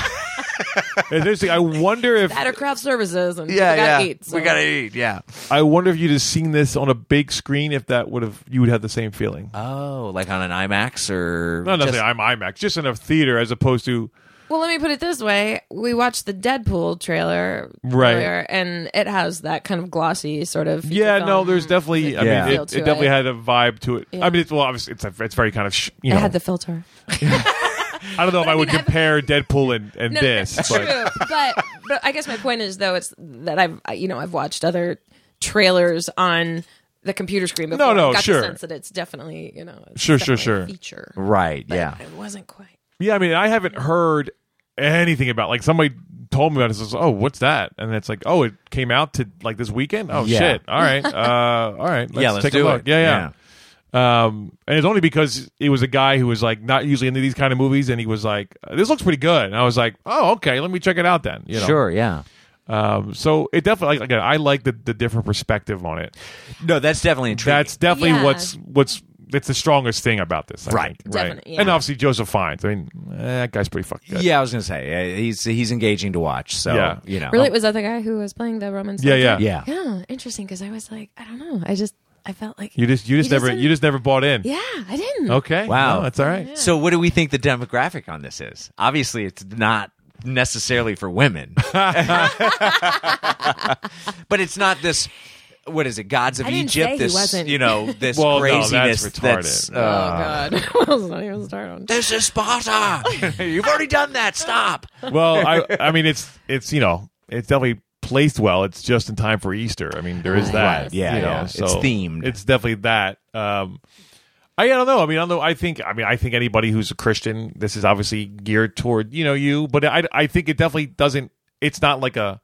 It's interesting. I wonder if Better craft services and yeah, we yeah. got eight, so- Uh, We gotta eat. Yeah. I wonder if you'd have seen this on a big screen if that would have you would have the same feeling. Oh, like on an IMAX or Not just- necessarily I'm IMAX, just in a theater as opposed to Well, let me put it this way: we watched the Deadpool trailer, Right. earlier, and it has that kind of glossy sort of. feature yeah. No, film. there's definitely. I Yeah. mean, it, feel it to definitely it. had a vibe to it. Yeah. I mean, it's well, obviously, it's a, it's very kind of sh- you It know. had the filter. I don't know if I, would mean, I've- compare Deadpool and, and this, that's but true. but but I guess my point is though it's that I've I- you know I've watched other trailers on the computer screen before. no, I've got sure. The sense that it's definitely you know it's Sure, sure, definitely sure. a feature. Right. Yeah. It wasn't quite. yeah. I mean, I haven't heard anything about like somebody told me about it. Says, oh, what's that? And it's like, oh, it came out to like this weekend. Oh Yeah. shit! All right, uh, all right. Let's Yeah, let's take do a look. it. Yeah, yeah. Um, and it's only because it was a guy who was like not usually into these kind of movies, and he was like, "This looks pretty good," and I was like, "Oh, okay, let me check it out then." You know? Sure. Yeah. Um, so it definitely like, again, I like the, the different perspective on it. No, that's definitely intriguing. That's definitely Yeah. what's what's it's the strongest thing about this, I Right. think. Definitely, yeah. And obviously Joseph Fiennes. I mean, eh, that guy's pretty fucking good. yeah. I was gonna say uh, he's he's engaging to watch. So Yeah. you know. Really, it was that the guy who was playing the Roman? Yeah, yeah. soldier? Yeah. yeah. Interesting because I was like I don't know I just I felt like You just you just He never doesn't- you just never bought in. yeah I didn't Okay. Wow. No, that's all right. So what do we think the demographic on this is? Obviously, it's not necessarily for women, but it's not this. What is it? Gods of I didn't Egypt. say he this wasn't. you know this Well, no, that's craziness. retarded. uh, Oh God! I was not even start on. this is Sparta. You've already done that. Stop. Well, I I mean it's it's you know, it's definitely placed well. It's just in time for Easter. I mean, there is that. Right, yeah, you know, yeah. It's so themed. It's definitely that. Um I, I don't know. I mean, I don't know. I think. I mean, I think anybody who's a Christian, this is obviously geared toward you know you. But I, I think it definitely doesn't. It's not like a,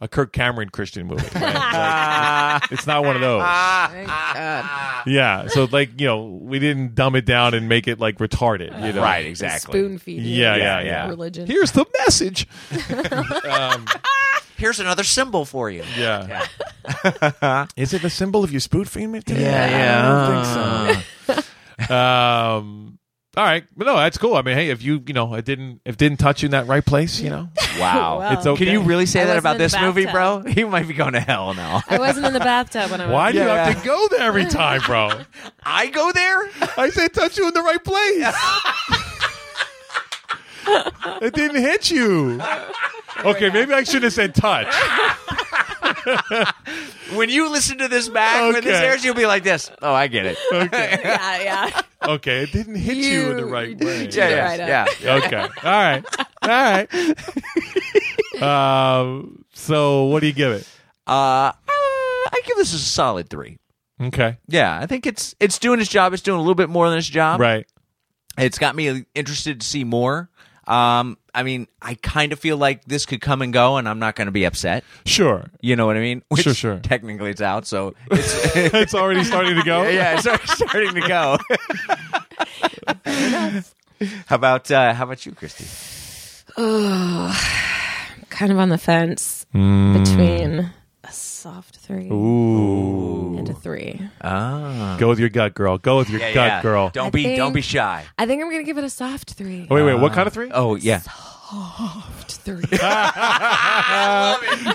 a Kirk Cameron Christian movie. right? Like, it's not one of those. Yeah. So like you know, we didn't dumb it down and make it like retarded. You know. Right. Exactly. Spoon feeding. Yeah, yeah, yeah. Yeah, yeah. Religion. Here's the message. Here's another symbol for you. Yeah. Is it a symbol of your spoon feeding? Yeah, yeah. I don't think so. Um, all right, but no, that's cool. I mean, hey, if you you know, it didn't if it didn't touch you in that right place, you know, Wow. Wow. It's okay. Can you really say I that wasn't about in the this movie, bro? bathtub. He might be going to hell now. I wasn't in the bathtub when I was. why do you Yeah. have to go there every time, bro? I go there? I said touch you in the right place. it didn't hit you. Okay, maybe I shouldn't have said touch. When you listen to this back, when this Okay. airs, you'll be like this. Oh, I get it. Okay, Yeah, yeah. okay, it didn't hit you, in the right way. Yeah, yeah, Right up. yeah. Okay, all right, all right. um, so what do you give it? Uh, I give this a solid three. Okay, Yeah, I think it's it's doing its job. It's doing a little bit more than its job. right. It's got me interested to see more. Um, I mean, I kind of feel like this could come and go, and I'm not going to be upset. Sure. You know what I mean? Which Sure, sure. Technically, it's out, so it's It's already starting to go. yeah, it's already starting to go. how about uh, how about you, Christy? Kind of on the fence Hmm. between a soft three and a three. Go with your gut, girl. Go with your gut, girl. Don't I be don't think- be shy. I think I'm gonna give it a soft three. Oh, wait, wait. What kind of three? Oh yeah, Soft three.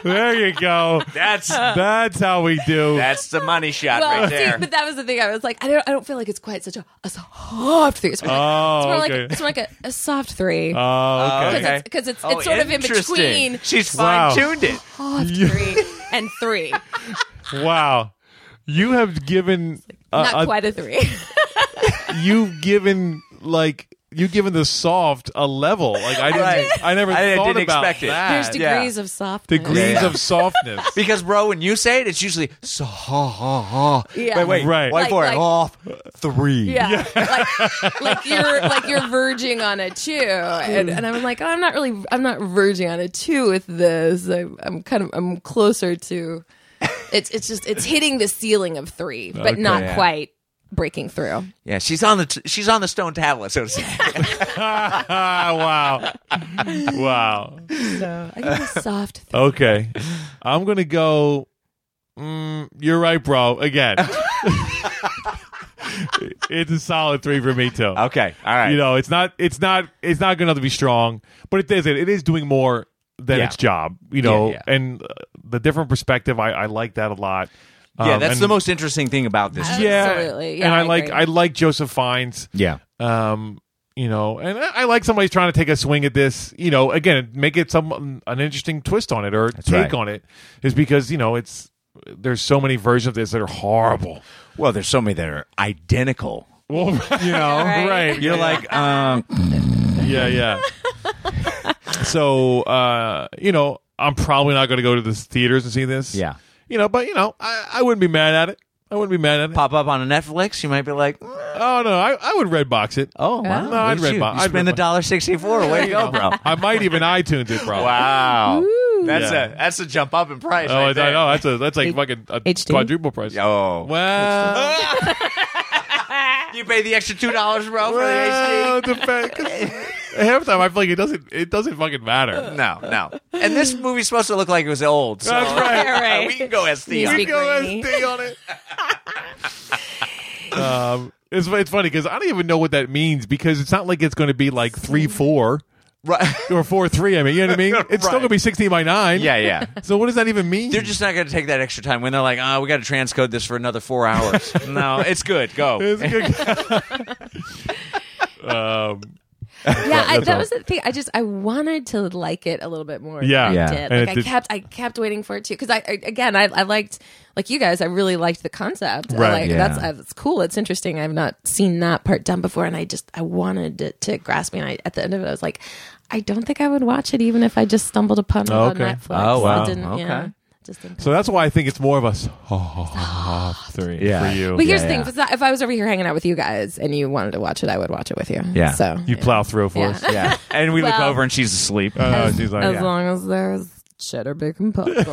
There you go. that's That's how we do. that's the money shot well, right see, there. but that was the thing. I was like, I don't, I don't feel like it's quite such a, a soft three. It's more like, Oh, it's more like, okay. it's more like a, a soft three. Oh, okay. okay. Because it's, it's, Oh, sort of in interesting. between She's Wow. fine tuned it. soft three and three. Uh, Wow. You have given Not uh, quite a three. uh, you've given like you've given the soft a level. Like I didn't Right. I never I didn't- thought didn't about expect it. that. There's Yeah. degrees of softness. Degrees Yeah. of softness. Because bro, when you say it, it's usually so ha ha ha. Yeah. Wait, wait, Right. Wait Like- for like- it. Off three. Yeah, like like you're like you're verging on a two, and, and I'm like I'm not really I'm not verging on a two with this. I, I'm kind of I'm closer to it's it's just it's hitting the ceiling of three, but Okay. not Yeah. quite breaking through. Yeah, she's on the t- she's on the stone tablet. So to say. Ah, wow. Wow. So Oh, I give it a soft. Three. Okay. I'm going to go. Mm, you're right, bro. Again. it's a solid three for me, too. okay, all right. You know, it's not it's not it's not going to be strong, but it is it is doing more than Yeah. its job. You know, Yeah, yeah. and uh, the different perspective, I, I like that a lot. yeah, Um, that's and- the most interesting thing about this. I- yeah, Absolutely. Yeah, and I, I like agree. I like Joseph Fiennes. yeah, Um, you know, and I, I like somebody's trying to take a swing at this. You know, again, make it some an interesting twist on it or take right. on it, is because you know it's there's so many versions of this that are horrible. Well, there's so many that are identical. Well, you know, Right. right? You're like, um, yeah, yeah. so uh, you know, I'm probably not going to go to the theaters and see this. Yeah. you know, but you know, I, I wouldn't be mad at it. I wouldn't be mad at it. pop up on a Netflix, you might be like, "Mm, Oh no, I, I would red box it. oh wow, No, I'd look at red you. box. You I'd spend the red dollar sixty four. Way to go, bro. I might even iTunes it, bro. Wow, that's Yeah. a that's a jump up in price. Oh, right I, I there. know that's a that's like fucking a HD? quadruple price. Oh, Well, you pay the extra two dollars, bro, for the well HD. it depends, 'cause half the time I feel like it doesn't it doesn't fucking matter. No, no. And this movie's supposed to look like it was old. So uh, That's right. All right. we can go SD. Needs on to it. be Go grainy. SD on it. um, it's it's funny because I don't even know what that means because it's not like it's going to be like three four Right. or four three. I mean, you know what I mean? It's still Right. going to be sixteen by nine. Yeah, yeah. So what does that even mean? They're just not going to take that extra time when they're like, "Oh, we got to transcode this for another four hours." no, it's good. Go. It's good. um, Yeah, I, that's that all. was the thing. I just I wanted to like it a little bit more. than Yeah. I Yeah. did. And it Like I did- kept I kept waiting for it to because I, I again I, I liked like you guys I really liked the concept. I Right. like, Yeah. That's uh, it's cool. It's interesting. I've not seen that part done before, and I just I wanted it to grasp me. And I, at the end of it, I was like, I don't think I would watch it even if I just stumbled upon it on Okay. Netflix. Oh, wow. I didn't, yeah, Okay. just didn't. so that's why I think it's more of a soft three Yeah. for you. but here's yeah, the thing: yeah. if, it's not, if I was over here hanging out with you guys and you wanted to watch it, I would watch it with you. Yeah. so you plow through for Yeah. us. Yeah. And we look Well- over and she's asleep. Uh, she's like, as yeah. long as there's cheddar bacon popcorn.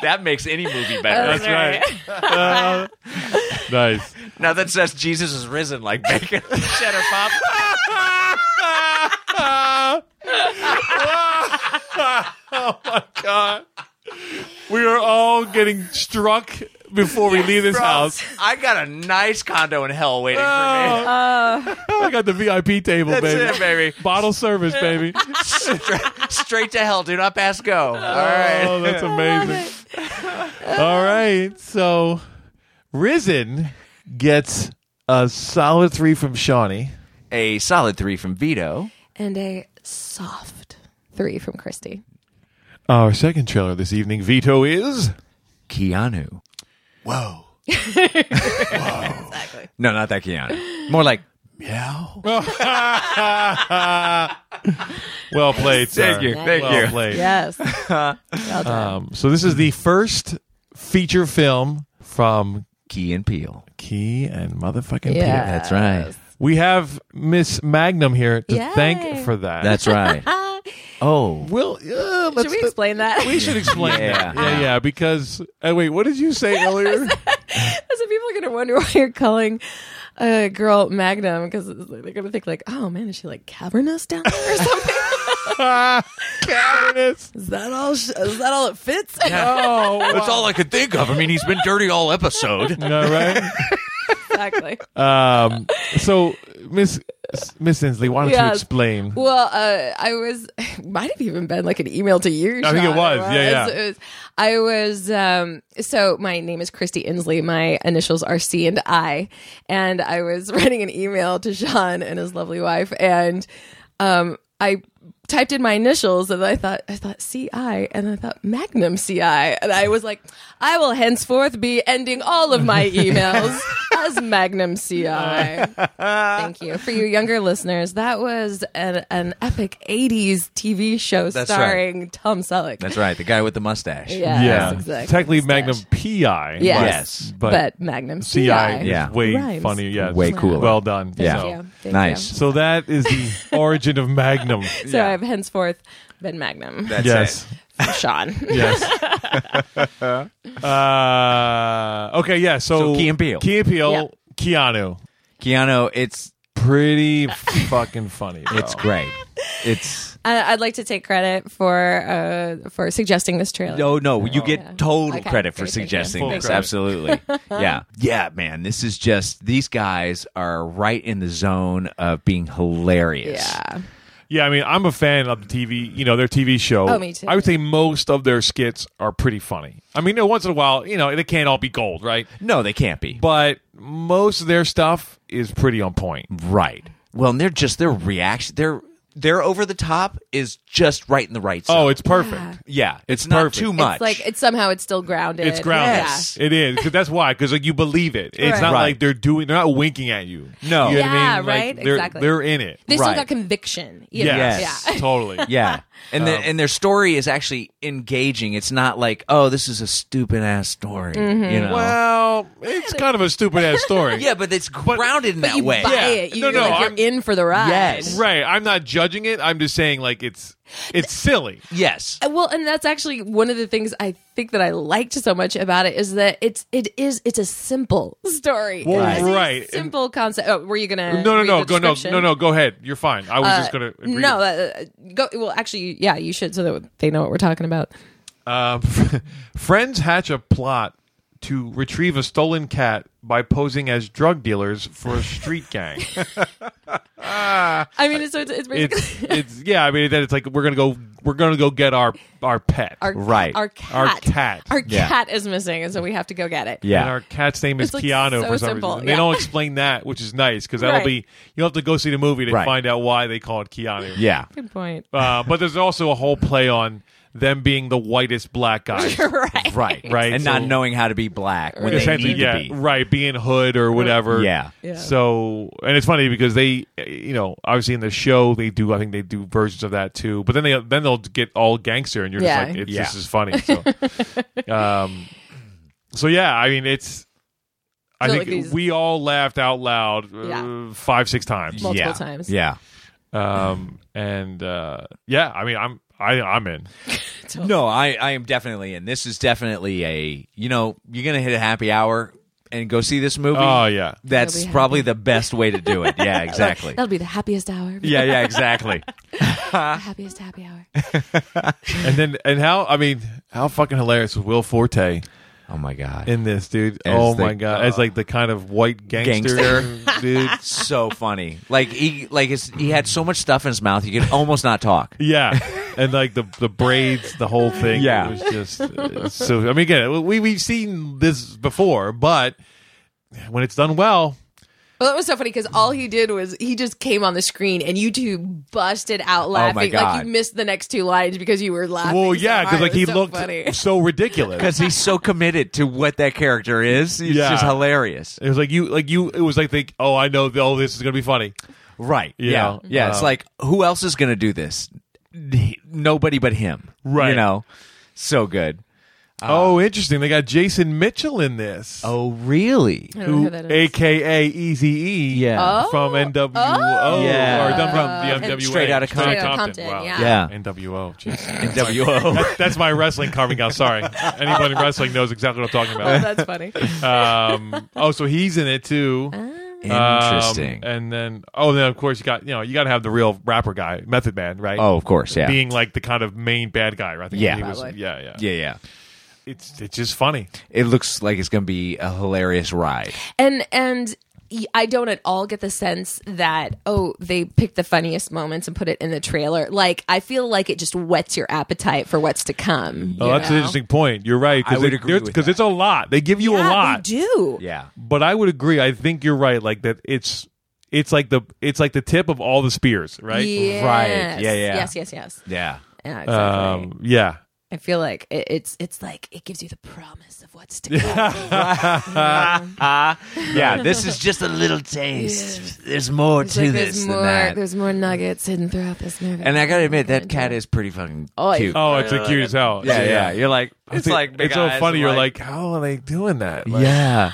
that makes any movie better. That's right. Uh, nice. now that says Jesus is risen like bacon cheddar pop. Oh We are all getting struck before we leave this house. I got a nice condo in hell waiting for me. Oh, I got the VIP table, That's baby. it, baby. Bottle service, baby. Straight to hell. Do not pass go. All right. Oh, that's amazing. All right. So Risen gets a solid three from Shawnee. A solid three from Vito. and a soft three from Christy. Our second trailer this evening, Veto, is Keanu. Whoa. Exactly. No, not that Keanu. More like meow. well played. Thank sir. you, thank well you. Played. Yes. Um, so this is the first feature film from Key and Peel. Key and motherfucking Yeah. Peele. That's right. We have Miss Magnum here to Yay. thank for that. That's right. Oh. Well, uh, let's Should Uh, we explain that? We should explain Yeah. that. Yeah, yeah, because uh, wait, what did you say earlier? so people are gonna wonder why you're calling a girl Magnum because they're gonna think like, oh man, is she like cavernous down there or something? Cavernous. is that all? Sh- is that all it fits? Oh, wow. all I could think of. I mean, he's been dirty all episode. All right. exactly. Um, so Miss Miss Inslee, why don't you Yes. explain? Well, uh, I was might have even been like an email to you. I think Sean. it was. Yeah, yeah. It was- I was. Um, so my name is Christy Inslee. My initials are C and I, and I was writing an email to Sean and his lovely wife, and um, I typed in my initials, and I thought I thought C I, and I thought Magnum C I, and I was like, I will henceforth be ending all of my emails as Magnum C I. Thank you. For you younger listeners, that was an, an epic 80s TV show That's starring Tom Selleck. That's right. The guy with the mustache. Yes, yeah, exactly. technically Mustache. Magnum PI. Yes. Yes, But, but- Magnum CI CI. is Yeah. way Rhymes. funny. Yeah, Way it's cooler. Well done. Yeah. Thank So, you. Thank Nice. You. so that is the origin of Magnum. So I've henceforth been Magnum. That's yes. for Sean. Yes. uh, okay. Yeah. So, So Key and Peele. Key and Peele, Yeah. Keanu. it. Keanu, it's Pretty fucking funny. bro. it's great. It's I, I'd like to take credit for uh, for suggesting this trailer. no, no. You get Oh, Yeah. total Okay, credit for great, thank you. suggesting Full this. credit. Absolutely. yeah, yeah, man. This is just these guys are right in the zone of being hilarious. Yeah. Yeah, I mean, I'm a fan of the TV, you know, their TV show. Oh, me too. I would say most of their skits are pretty funny. I mean, you know, once in a while, you know, they can't all be gold, right? No, they can't be. But most of their stuff is pretty on point. Right. Well, and they're just their reaction. Their their over the top is just right in the right zone. Oh, it's perfect. yeah. It's, it's not perfect. too It's much. It's like it's somehow it's still grounded. It's grounded. Yeah. It is. 'cause that's why. Because like you believe it. It's Right. not Right. like they're doing. They're not winking at you. You No. know what Yeah, I mean? Like, right? They're, Exactly. They're in it. They still Right. got conviction. you know? Yes. Yeah. Totally. yeah. And Oh. the, and their story is actually engaging. It's not like, oh, this is a stupid ass story. Mm-hmm. You know. Well, it's kind of a stupid ass story. yeah, but it's grounded in that You way. buy Yeah. it. You, No, no, no, no, like, I'm- you're in for the ride. Yes. Right. I'm not judging it. I'm just saying like it's it's silly. Yes. Uh, Well, and that's actually one of the things I think that I liked so much about it is that it's it is it's a simple story. Well, It's a right. simple concept. Oh, were you gonna? No, no, read no, the go, no, description? no, no. Go ahead. You're fine. I was just gonna. Uh, read no, it. uh, go. Well, actually, yeah, you should so that they know what we're talking about. Um, friends hatch a plot to retrieve a stolen cat by posing as drug dealers for a street gang. I mean, it's so it's, it's basically it's it's yeah. I mean, that it's like we're gonna go we're gonna go get our our pet. our right. our cat Our cat. our Yeah. cat is missing, and so we have to go get it. Yeah. And our cat's name is It's, like, Keanu so for some simple, reason. They yeah. don't explain that, which is nice because that'll Right. be you'll have to go see the movie to Right. find out why they call it Keanu. yeah. Good point. Uh, but there's also a whole play on them being the whitest black guys. right. Right. Right, And so- not knowing how to be black when they Essentially, need yeah, to be. right, being hood or whatever. Yeah. Yeah. So, and it's funny because they, uh, you know, obviously in the show they do, I think they do versions of that too. But then they, then they'll get all gangster, and you're Yeah. just like, it's, Yeah. this is funny. So, um, so yeah, I mean, it's. I So, think like, these- we all laughed out loud uh, Yeah. five, six times. Multiple yeah. times. Yeah. Um, and uh, yeah, I mean, I'm, I, I'm in. No, I, I am definitely in. This is definitely a you know you're gonna hit a happy hour and go see this movie. Oh yeah, that's You'll be probably the best way to do it. Yeah, exactly. That'll be the happiest hour. yeah, yeah, exactly. The happiest happy hour. and then and how I mean, how fucking hilarious was Will Forte? Oh my god. in this, dude. As oh the- my god, as like the kind of white gangster, Gangster. dude. so funny. Like he like it's, he had so much stuff in his mouth he could almost not talk. Yeah, and like the the braids, the whole thing. it Yeah. was just uh, so. I mean, again, we we've seen this before, but when it's done well, Well, that was so funny because all he did was he just came on the screen and you two busted out laughing. like God. you missed the next two lines because you were laughing. Oh well, yeah, because because like he so looked funny. so ridiculous. Because he's so committed to what that character is. It's Yeah. just hilarious. It was like you, like you. It was like think, oh, I know. Oh, this is gonna be funny. Right. Yeah. Yeah. Yeah. It's Uh, like who else is going to do this? He- Nobody but him. Right. You know. So good. oh, interesting. They got Jason Mitchell in this. Ah. Oh, really? I don't know Who, who that is. Oh. AKA Easy E, Yeah. from NWO, Yeah. or done from the NWA, Straight Outta Straight Outta Compton. Compton, Wow. yeah. Yeah. NWO, jeez. NWO. That- that's my wrestling carving out. Sorry, anybody in wrestling knows exactly what I'm talking Oh, about. that's funny. Um, oh, so he's in it too. Ah. Um, Interesting. and then, oh, then of course you got you know you got to have the real rapper guy, Method Man, right? oh, of course. Yeah. being like the kind of main bad guy, right? I think Yeah. he was- Probably. yeah, yeah, yeah. Yeah. It's it's just funny. It looks like it's going to be a hilarious ride. and and y- I don't at all get the sense that oh they picked the funniest moments and put it in the trailer. Like I feel like it just whets your appetite for what's to come. Oh, you that's an know? interesting point. You're right. I would agree with because that. it's a lot. They give you Yeah, a lot. They do. Yeah. But I would agree. I think you're right. Like that. It's it's like the it's like the tip of all the spears, right? Yes. Right. Yeah, yeah. Yes. Yes. Yes. Yeah. Yeah. Exactly. Um, yeah. I feel like it, it's it's like it gives you the promise of what's to come. Yeah. This is just a little taste. There's more It's to like this there's more than that. there's more nuggets hidden throughout this movie. And I got to admit, that cat is pretty fucking Oh, cute. Oh, it's like cute as hell. Yeah, yeah. You're like, it's, a- like, big it's so eyes funny. and You're like, how are they doing that? Like, yeah.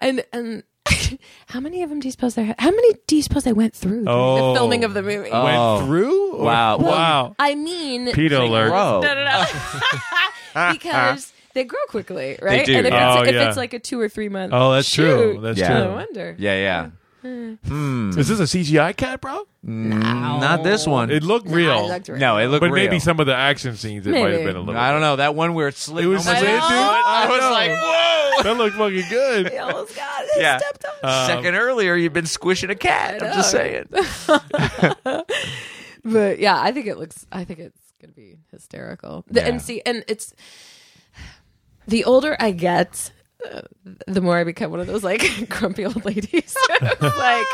and and how many of them do you suppose there? How many do you suppose they went through during Oh. the filming of the movie? went Oh. through. Or- Wow. Well, wow. I mean, Pedo alert. Bro. No, no, no. because they grow quickly, right? do. And if, Oh, it's, if yeah. it's like a two or three month. Oh, that's true. shoot, That's Yeah. Mm. No true. wonder. Yeah, yeah. Is this a CGI cat, bro? Not this one. It looked I real. looked right. no, it Mm. looked but real. maybe some of the action scenes it might have Maybe. been a little. I don't know that one where it's slid. It was almost slid, in. dude. I I was know. like, whoa. That looked fucking good. I almost got it. Yeah. Stepped Uh. on. Um, Second earlier, you've been squishing a cat. I'm just saying. but yeah, I think it looks. I think it's gonna be hysterical. The, Yeah. And see, and it's the older I get, uh, the more I become one of those like grumpy old ladies. It's like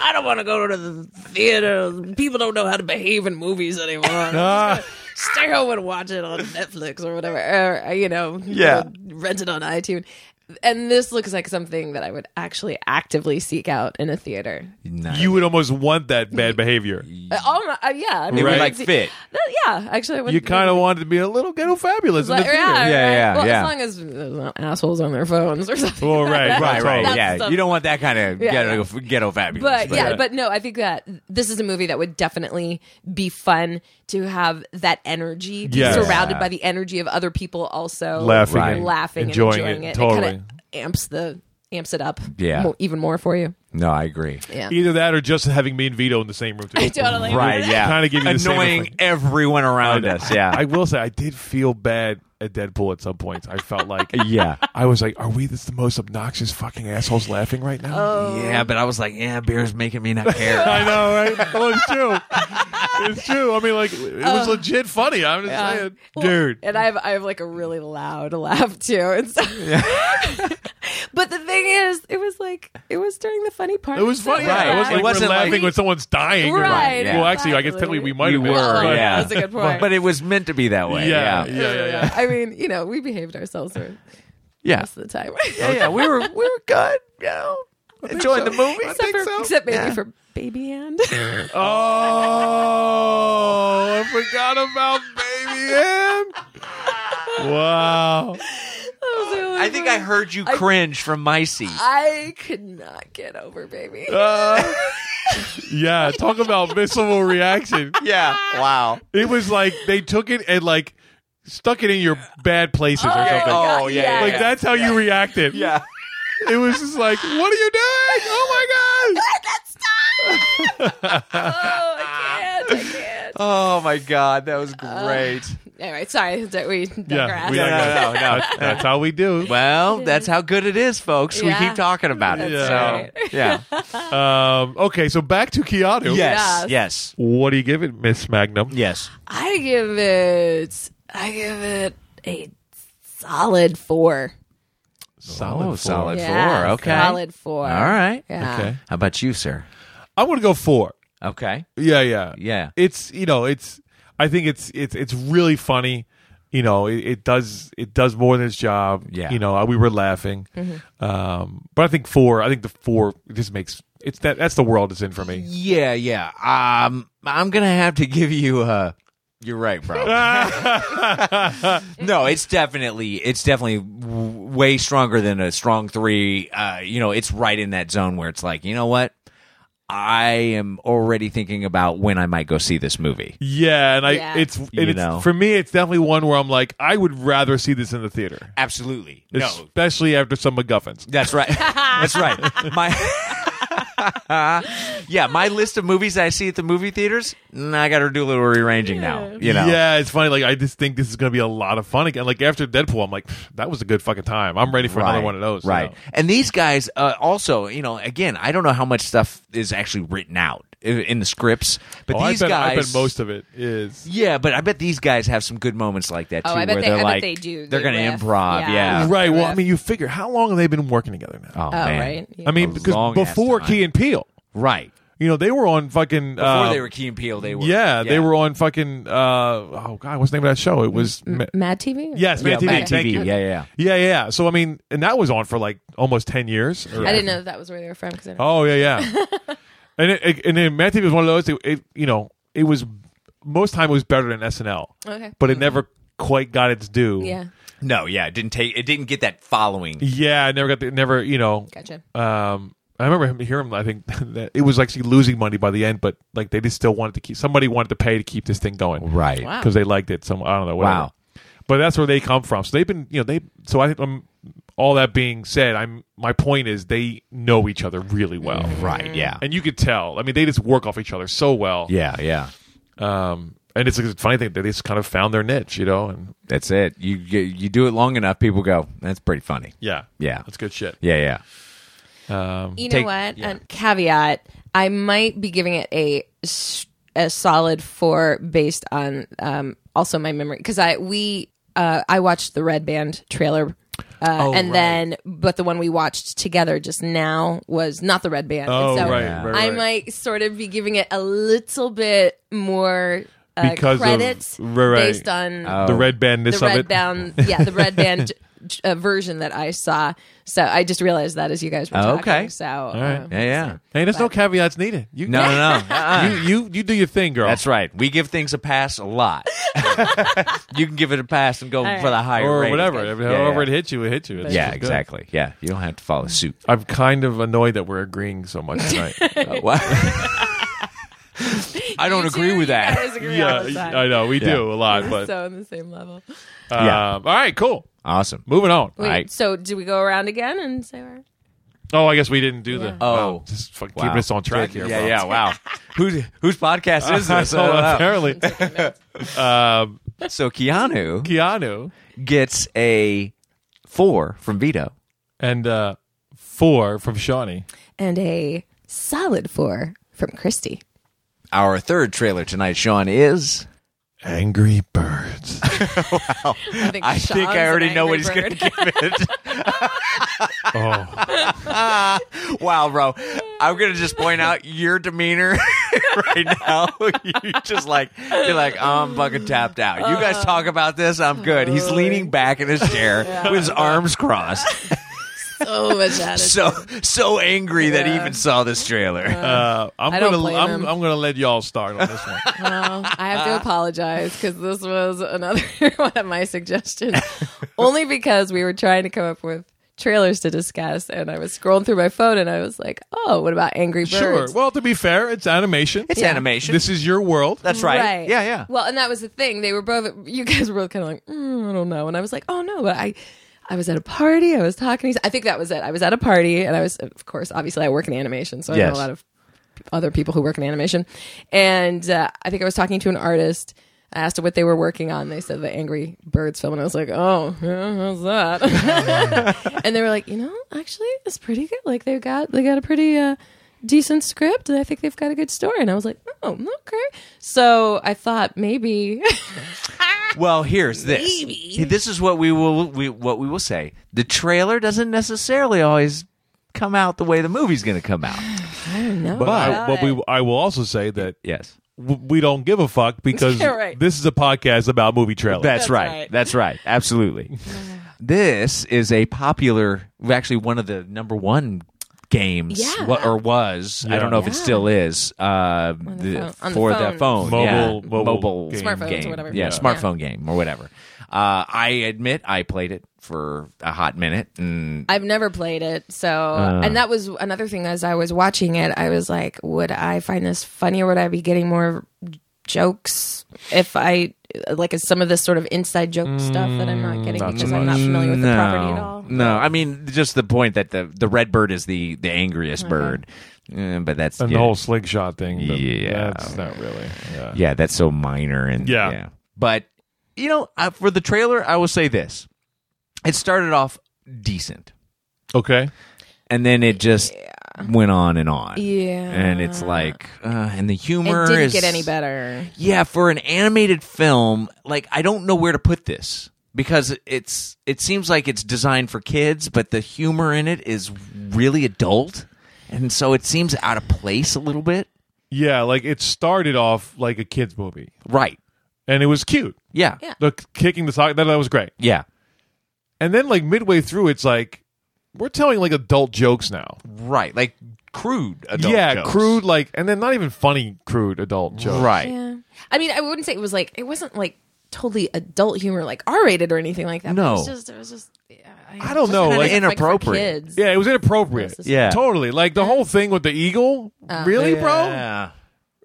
I don't want to go to the theater. People don't know how to behave in movies anymore. I'm just Ah, gonna Stay home and watch it on Netflix or whatever. Or, uh, you know, Yeah. rent it on iTunes. And this looks like something that I would actually actively seek out in a theater. You would almost want that bad behavior. Uh, Oh my, uh, yeah, I mean, would, I like, could see- fit. That- yeah, actually, I would. You kind of wanted to be a little ghetto fabulous in the Like, theater. yeah, Yeah, right. yeah, Well, yeah. as long as there's not assholes on their phones or something. Well, right, right, right. That's Yeah, stuff. you don't want that kind of Yeah, ghetto, ghetto fabulous. But uh, yeah, but no, I think that this is a movie that would definitely be fun to have that energy, be Yes. surrounded by the energy of other people also Laughing Right. and laughing, enjoying and enjoying it, it. totally. kind of amps the amps it up, Yeah. mo- even more for you. no, I agree. Yeah, Either that or just having me and Vito in the same room. Together. totally Right, yeah. Kinda give you the same annoying effect. everyone around us. Yeah, I will say I did feel bad at Deadpool at some points. I felt like yeah, I was like, are we this the most obnoxious fucking assholes laughing right now? Oh. yeah. But I was like, yeah, beer's making me not care. I know, right? Well, it's true. It's true. I mean, like it was legit funny. I'm just saying, Oh. Uh, Well, dude. And I have I have like a really loud laugh too. And so, but the thing is, it was like it was during the funny part. It was so funny. Right. It laugh. wasn't like It wasn't we're laughing like- when someone's dying. or- Right, Well, yeah. actually, I guess exactly. technically we might have We been. were, but- yeah. Oh, That's a good point. but it was meant to be that way. Yeah, yeah, yeah, yeah, yeah. I mean, you know, we behaved ourselves for yeah. most of the time. yeah, yeah. We were we were good, you know. Enjoying the movie. except, for, except maybe for baby hand. Oh, I forgot about Baby M. Wow. I think I heard you cringe from my seat. I could not get over baby. Uh, yeah, talk about missile reaction. yeah. Wow. It was like they took it and like stuck it in your bad places or something. Oh yeah. yeah, like yeah. that's how you reacted. Yeah. It was just like, what are you doing? Oh my god. oh, I can't. I can't. Uh, Oh my god, that was great. Anyway, sorry that we Uh, digress. we- no, no, no. That's, that's how we do. Well, that's how good it is, folks. Yeah. We keep talking about it. That's so, yeah. Um, okay, so back to Keanu. Yes. Yes. Yes. What do you give it, Miss Magnum? Yes. I give it. I give it a solid four. Solid. four. Oh, solid Yeah, four. Okay. Solid four. All right. Yeah. Okay. How about you, sir? I'm gonna go four. Okay. Yeah, yeah, Yeah. It's you know, it's I think it's it's it's really funny. You know, it, it does it does more than its job. Yeah. you know, we were laughing, um, but I think four. I think the four just makes it's that that's the world it's in for me. Yeah, yeah. Um, I'm gonna have to give you. Uh, you're right, bro. no, it's definitely it's definitely w- way stronger than a strong three. Uh, you know, it's right in that zone where it's like, you know what? I am already thinking about when I might go see this movie. Yeah, and I Yeah. it's and You it's know. for me it's definitely one where I'm like I would rather see this in the theater, Absolutely. No, especially after some MacGuffins. That's right. That's right. My yeah, my list of movies I see at the movie theaters. nah, I got to do a little rearranging now. You know. Yeah, it's funny. Like I just think this is going to be a lot of fun again. Like after Deadpool, I'm like, that was a good fucking time. I'm ready for another one of those. you Right. know. And these guys uh, also, you know, again, I don't know how much stuff is actually written out i- in the scripts, but Oh, I these bet- guys. I bet most of it is. yeah, but I bet these guys have some good moments like that too, Oh, I bet where they- are I bet like they do. are They going riff. to improv. Yeah. Yeah. Right. Well, I Riff. mean, you figure how long have they been working together now? Oh, Oh, man. right. Yeah. I mean, a because long ass before time. Key and Peele, Right. you know, they were on fucking. Before uh, they were Key and Peele, they were. yeah, they were on fucking. Uh, oh God, what's the name of that show? It was. Ma- Mad TV. yes, Yeah, Mad TV. Mad Thank TV. you. Yeah, yeah, yeah. yeah, yeah. So I mean, and that was on for like almost ten years. or- I didn't know that was where they were from because I didn't Oh yeah, yeah. and it, it, and then Mad TV was one of those. It, it you know it was most time it was better than SNL. Okay. Mm-hmm. But it never quite got its due. Yeah. No, yeah, it didn't take. It didn't get that following. Yeah, I never got the never. You know. Gotcha. Um, I remember him hearing. him, I think that it was actually losing money by the end, but like they just still wanted to keep. Somebody wanted to pay to keep this thing going, Right. Wow. Because they liked it. Some I don't know. Whatever. Wow. But that's where they come from. So they've been, you know, they. So I think um, all that being said, I'm. My point is they know each other really well, Mm-hmm. Right. Yeah. and you could tell. I mean, they just work off each other so well. Yeah. Yeah. Um, and it's a funny thing they just kind of found their niche, you know. And That's it. You you you do it long enough, people go. That's pretty funny. yeah, Yeah. that's good shit. Yeah. Yeah. You Take- know what? Um, caveat: I might be giving it a s- a solid four based on um, also my memory because I we uh, I watched the Red Band trailer. Uh, Oh, and then, but the one we watched together just now was not the red band. And Oh, so right, right, right. I might sort of be giving it a little bit more uh, Because of- credit right, right. based on The red bandness the of red it. band, yeah, the red band uh, version that I saw. So I just realized that as you guys were Oh, talking. okay. So right. um, Yeah. Yeah. Hey, there's no caveats needed. You No. No. No. Uh-uh. you, you you do your thing, girl. That's right. We give things a pass a lot. you can give it a pass and go for the higher or rating. whatever. Yeah, If- However, it yeah. hits you, it hits you. It's Yeah, good. exactly. Yeah, you don't have to follow suit. I'm kind of annoyed that we're agreeing so much tonight. Uh, what? I don't you two, agree with You that. guys agree yeah, all the time. I know we Yeah. do a lot, but so on the same level. Wait, um, Yeah. all right, cool. Awesome. Moving on. Right. so do we go around again and say our? Oh, I guess we didn't do the. Oh. wow, just fucking Wow. keeping us on track here. Yeah, bro. yeah. Wow. Who's whose podcast is this? I so don't know. apparently, um, So Keanu Keanu gets a four from Vito. and uh, four from Shawnee. and a solid four from Christy. Our third trailer tonight, Sean, is Angry Birds. I think, I think I already know what he's going going to give it. oh, wow, bro! I'm going to just point out your demeanor right now. you just like you're like I'm fucking tapped out. You guys talk about this. I'm good. He's leaning back in his chair with his arms crossed, so much attitude. so so angry that he even saw this trailer. uh, I'm I don't gonna blame I'm, him. I'm gonna let y'all start on this one. Well, I have Uh, to apologize because this was another one of my suggestions, only because we were trying to come up with trailers to discuss, and I was scrolling through my phone, and I was like, "Oh, what about Angry sure. Birds?" Well, to be fair, it's animation. it's yeah. animation. this is your world. That's right. Yeah, yeah. Well, and that was the thing. They were both. You guys were both kind of like, mm, I don't know, and I was like, Oh no, but I. I was at a party. I was talking. to I think that was it. I was at a party, and I was, of course, obviously, I work in animation, so I know Yes. a lot of other people who work in animation. And uh, I think I was talking to an artist I asked her what they were working on. They said the Angry Birds film, and I was like, "Oh, yeah, how's that?" and they were like, "You know, actually, it's pretty good. Like they got they got a pretty uh, decent script, and I think they've got a good story." And I was like, "Oh, okay." So I thought maybe Well, here's this. This is what we will we what we will say. The trailer doesn't necessarily always come out the way the movie's going to come out. I don't know. But, I, about but it. we, I will also say that Yes. w- we don't give a fuck because Yeah, right. this is a podcast about movie trailers. That's, right. right. That's right. Absolutely. this is a popular, actually one of the number one games, Yeah. wa- or was. I don't know if it Yeah. still is. Uh, the- phone- on the for phone. the phone, Mobile- yeah. mobile game. Smartphones or game. whatever. Yeah, Yeah. smartphone game or whatever. Uh, I admit I played it for a hot minute, and I've never played it, so Uh. and that was another thing. As I was watching it, I was like, "Would I find this funny, or would I be getting more jokes if I like is some of this sort of inside Mm, joke stuff that I'm not getting because I'm not familiar with the property at all?" No, I mean just the point that the the red bird is the the Uh-huh. angriest bird, Uh, but that's And yeah. the whole slingshot thing. but Yeah. That's not really. Yeah. yeah, that's so minor and Yeah. But you know, uh, for the trailer, I will say this: it started off decent, Okay. and then it just went on and on. Yeah. and it's like, uh, and the humor It didn't is- get any better. Yeah, for an animated film, like I don't know where to put this because it's it seems like it's designed for kids, but the humor in it is really adult, and so it seems out of place a little bit. Yeah. Like it started off like a kids movie, Right? and it was cute. Yeah. Yeah. The k- kicking the sock that that was great. Yeah. And then like midway through, it's like we're telling like adult jokes now. Right. Like crude. Adult yeah, jokes. crude like, and then not even funny crude adult jokes. Right. Yeah, I mean, I wouldn't say it was like it wasn't like totally adult humor, like R rated or anything like that. but No. it was just it was just. Yeah, I don't know, kinda like- just, for Inappropriate. kids. Yeah, it was inappropriate. Yes, Oh. Yeah. totally. Like the whole thing with the eagle, really, bro. Yeah.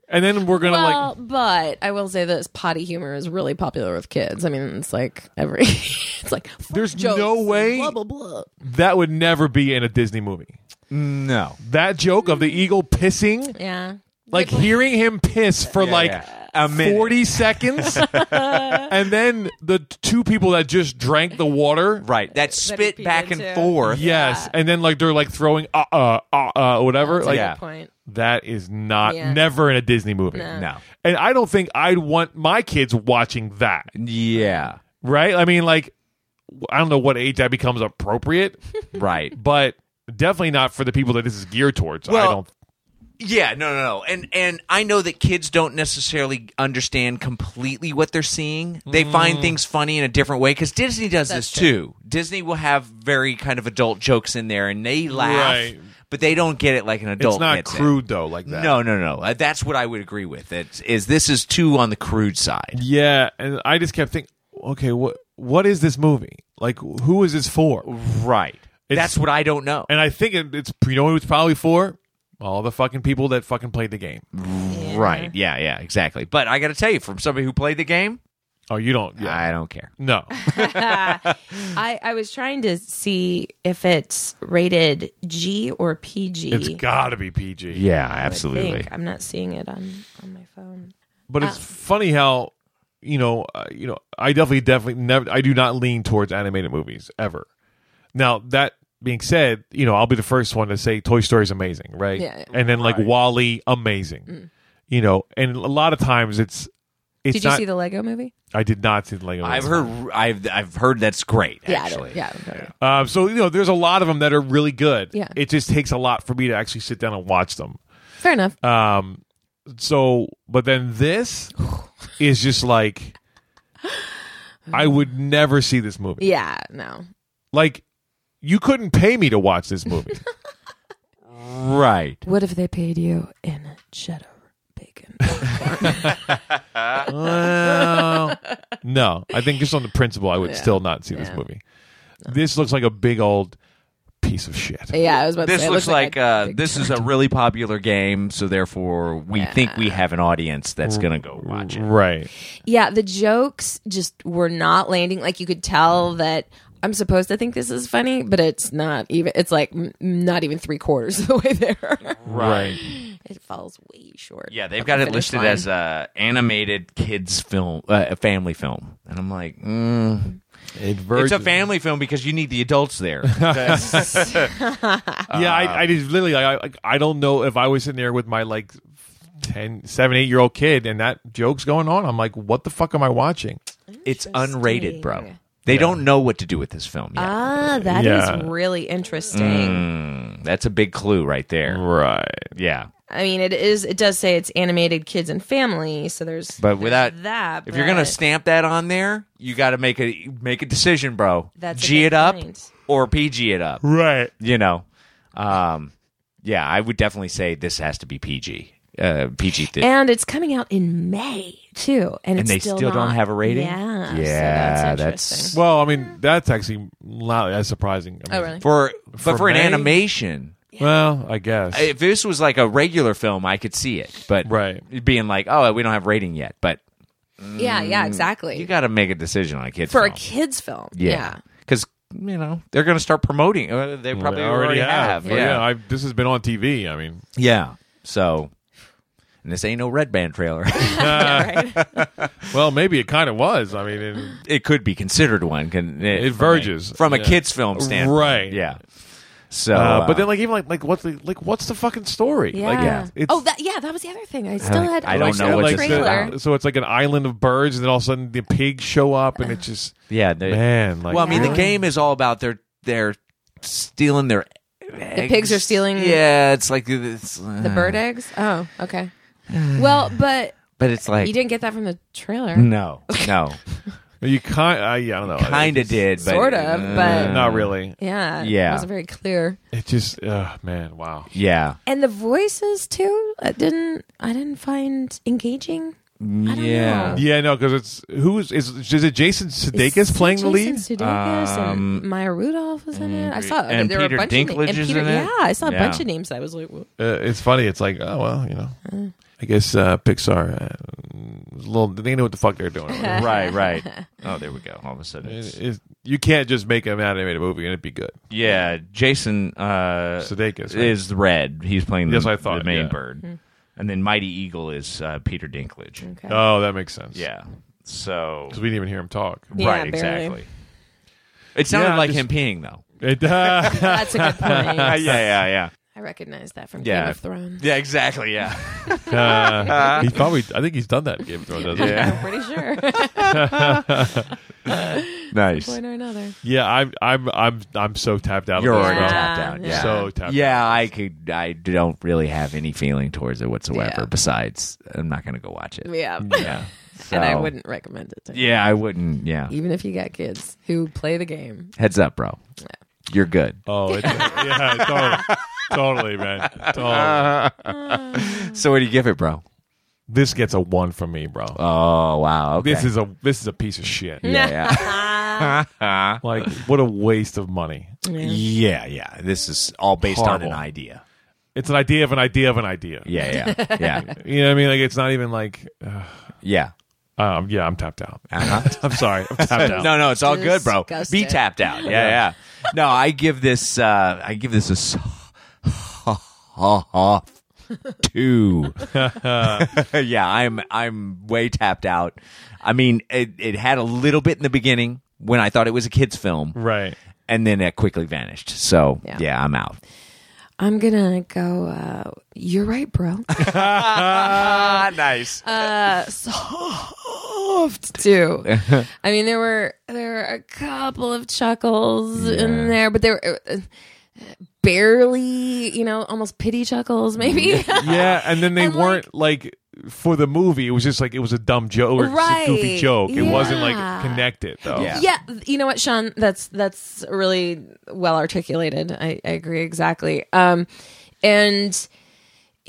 And then we're gonna Well, like but I will say this: potty humor is really popular with kids. I mean, it's like every, it's like fuck There's jokes no and way- Blah blah blah. that would never be in a Disney movie. No. That joke of the eagle pissing, Yeah, like hearing him piss for like A minute. forty seconds, and then the two people that just drank the water, Right. That he spit peed back and into. forth. Yes, and then like they're like throwing uh uh uh uh whatever. like Yeah. Good point. that is not Yeah. never in a Disney movie. No. And I don't think I'd want my kids watching that. Yeah. Right? I mean, like, I don't know what age that becomes appropriate, Right. but definitely not for the people that this is geared towards. Well, I don't. Yeah, no, no, no, and and I know that kids don't necessarily understand completely what they're seeing. They Mm. find things funny in a different way because Disney does this too. Disney will have very kind of adult jokes in there, and they laugh, Right. but they don't get it like an adult. It's not gets it. crude though, like that. No, no, no. Uh, That's what I would agree with. It's, is this is too on the crude side? Yeah, and I just kept thinking, okay, what what is this movie? Like, who is this for? Right. It's- That's what I don't know. And I think it, it's you know what it's probably for all the fucking people that fucking played the game. Right. Yeah. Yeah. Exactly. But I got to tell you, from somebody who played the game, Oh, you don't. Yeah. I don't care. no. I I was trying to see if it's rated G or PG. It's got to be PG. Yeah. I think. I'm not seeing it on on my phone. But Uh. it's funny how you know, uh, you know, I definitely, definitely never. I do not lean towards animated movies ever. Now that being said, you know, I'll be the first one to say Toy Story is amazing, right? Yeah. Mm. And then like Wally, amazing. You know, and a lot of times it's it's Did you not. see the Lego movie? I did not see the Lego. I've movie. heard. I've I've heard that's great. Actually. Yeah, I don't- yeah. I don't know. Uh, so you know, there's a lot of them that are really good. Yeah. It just takes a lot for me to actually sit down and watch them. Fair enough. Uh, Um, so, but then this is just like, I would never see this movie. yeah, no. Like, you couldn't pay me to watch this movie. Right. What if they paid you in cheddar bacon? well, no, I think just on the principle, I would still not see this movie. This looks like a big old piece of shit. yeah, I was about to This say. it looks like, a uh, big this is a really popular game, so therefore we think we have an audience that's going to go watch it. Right. Mm. Yeah, the jokes just were not landing. Like you could tell that I'm supposed to think this is funny, but it's not even. It's like m- not even three quarters of the way there. Right. it falls way short. Yeah, of they've the got it finish listed line. as a animated kids film, uh, a family film, and I'm like, mm, it's a family film because you need the adults there. yeah, I, I just literally, I, I, I don't know if I was sitting there with my like 10, 7, 8 year old kid and that joke's going on. I'm like, what the fuck am I watching? it's unrated, bro. Interesting. They don't know what to do with this film yet. ah, that is Yeah. really interesting. Mm. Uh, That's a big clue right there. Right. Yeah, I mean, it is. It does say it's animated kids and family. So there's but without that. if you're gonna but- stamp that on there, you got to make a make a decision, bro. That's a G good it up point. or PG it up. Right. You know, um, yeah, I would definitely say this has to be PG. Uh, PG thi- and it's coming out in May too, and and, it's they still, still, don't not. have a rating. Yeah, so yeah, that's that's, interesting. Well, I mean, that's actually not as surprising. I mean, oh really? for but for, For an May? animation. Well, I guess. If this was like a regular film, I could see it, but Right. being like, oh, we don't have rating yet, but yeah, yeah, exactly. you got to make a decision on a kid's for a film. kids film. yeah, because you know they're going to start promoting. Uh, they probably Well, I already, have, But yeah, I, this has been on TV. I mean, yeah. So, and this ain't no red band trailer. well, maybe it kind of was. I mean, it, it could be considered one. Can it, It from verges. a, from a Yeah. kids film standpoint, Right. Yeah. So, uh, uh, but then like even like like what's the like what's the fucking story? yeah. Like, yeah. it's- oh, that yeah, that was the other thing. I still had. Uh, I don't watched know the what this is trailer. about. so it's like an island of birds, and then all of a sudden the pigs show up, and it's just yeah, they- man. Like, well, I mean, the Yeah. game is all about they're they're stealing their. The pigs are stealing Yeah, it's like it's, uh, the bird eggs. Oh, okay. Well, but but it's like you didn't get that from the trailer. no, no, you kind, I, yeah, I don't know, kind It of just- uh, did, but Sort of, but not really. yeah, Yeah. it wasn't very clear. It just, uh, man, wow. yeah, And the voices too. I didn't I didn't find engaging. I don't Yeah. know. Yeah, no, because it's who is is is it Jason Sudeikis playing the lead? Jason Sudeikis and Maya Rudolph was in it. I saw okay, Um, and there Peter were a bunch of Dinklage names. is and Peter, in it? Yeah, I saw a bunch Yeah. of names. I was like, whoa. Uh, it's funny. It's like, oh well, you know, I guess uh, Pixar, uh, was a little they know what the fuck they're doing. right, right. Oh, there we go. All of a sudden, It- it's, it- you can't just make an animated movie and it'd be good. yeah. Jason uh, Sudeikis, right? is red. He's playing the, Yes, I thought, the main yeah. bird, and then Mighty Eagle is uh, Peter Dinklage. Hmm. Okay. Oh, that makes sense. Yeah. So because we didn't even hear him talk. Yeah, right, barely. exactly. It sounded Yeah, like just- him peeing though. It, uh, That's a good point. yeah, yeah, yeah. I recognize that from Yeah. Game of Thrones. Yeah, exactly. Yeah. uh, he probably, I think he's done that. in Game of Thrones, doesn't he? I'm pretty sure. nice. One or another. Yeah, I'm, I'm, I'm, I'm so tapped out. You're of this already now. tapped out. Yeah. So tapped. yeah, I could. I don't really have any feeling towards it whatsoever. Yeah. Besides, I'm not going to go watch it. Yeah. Yeah. and I So- wouldn't recommend it to Yeah, I wouldn't. Yeah. even if you got kids who play the game. Heads up, bro. You're good. Oh, it's, yeah, totally, totally, man. Uh-huh. Totally. So what do you give it, bro? This gets a one from me, bro. Oh wow. Okay. This is a, this is a piece of shit. yeah. Yeah. Like, what a waste of money. yeah, yeah. This is all based Horrible. idea. It's an idea of an idea of an idea. Yeah, yeah, yeah, You know what I mean? Like, it's not even like, uh, yeah. um, yeah, I'm tapped out. Uh-huh. I'm sorry. I'm tapped out. No, no, it's all good, bro. Be Disgusting. tapped out. Yeah, yeah. No, I give this. uh I give this a s- two. yeah, I'm. I'm way tapped out. I mean, it, it had a little bit in the beginning when I thought it was a kids' film, Right. and then it quickly vanished. So Yeah. yeah I'm out. I'm gonna go. Uh, you're right, bro. Ah, nice. Uh, soft too. I mean, there were there were a couple of chuckles in there, but they were uh, barely, you know, almost pity chuckles, maybe. Mm-hmm. yeah, and then they And, like- weren't like, for the movie. It was just like it was a dumb joke, or just a goofy Right, joke. It wasn't like yeah. connected though. Yeah. yeah you know what sean that's that's really well articulated i, I agree exactly um and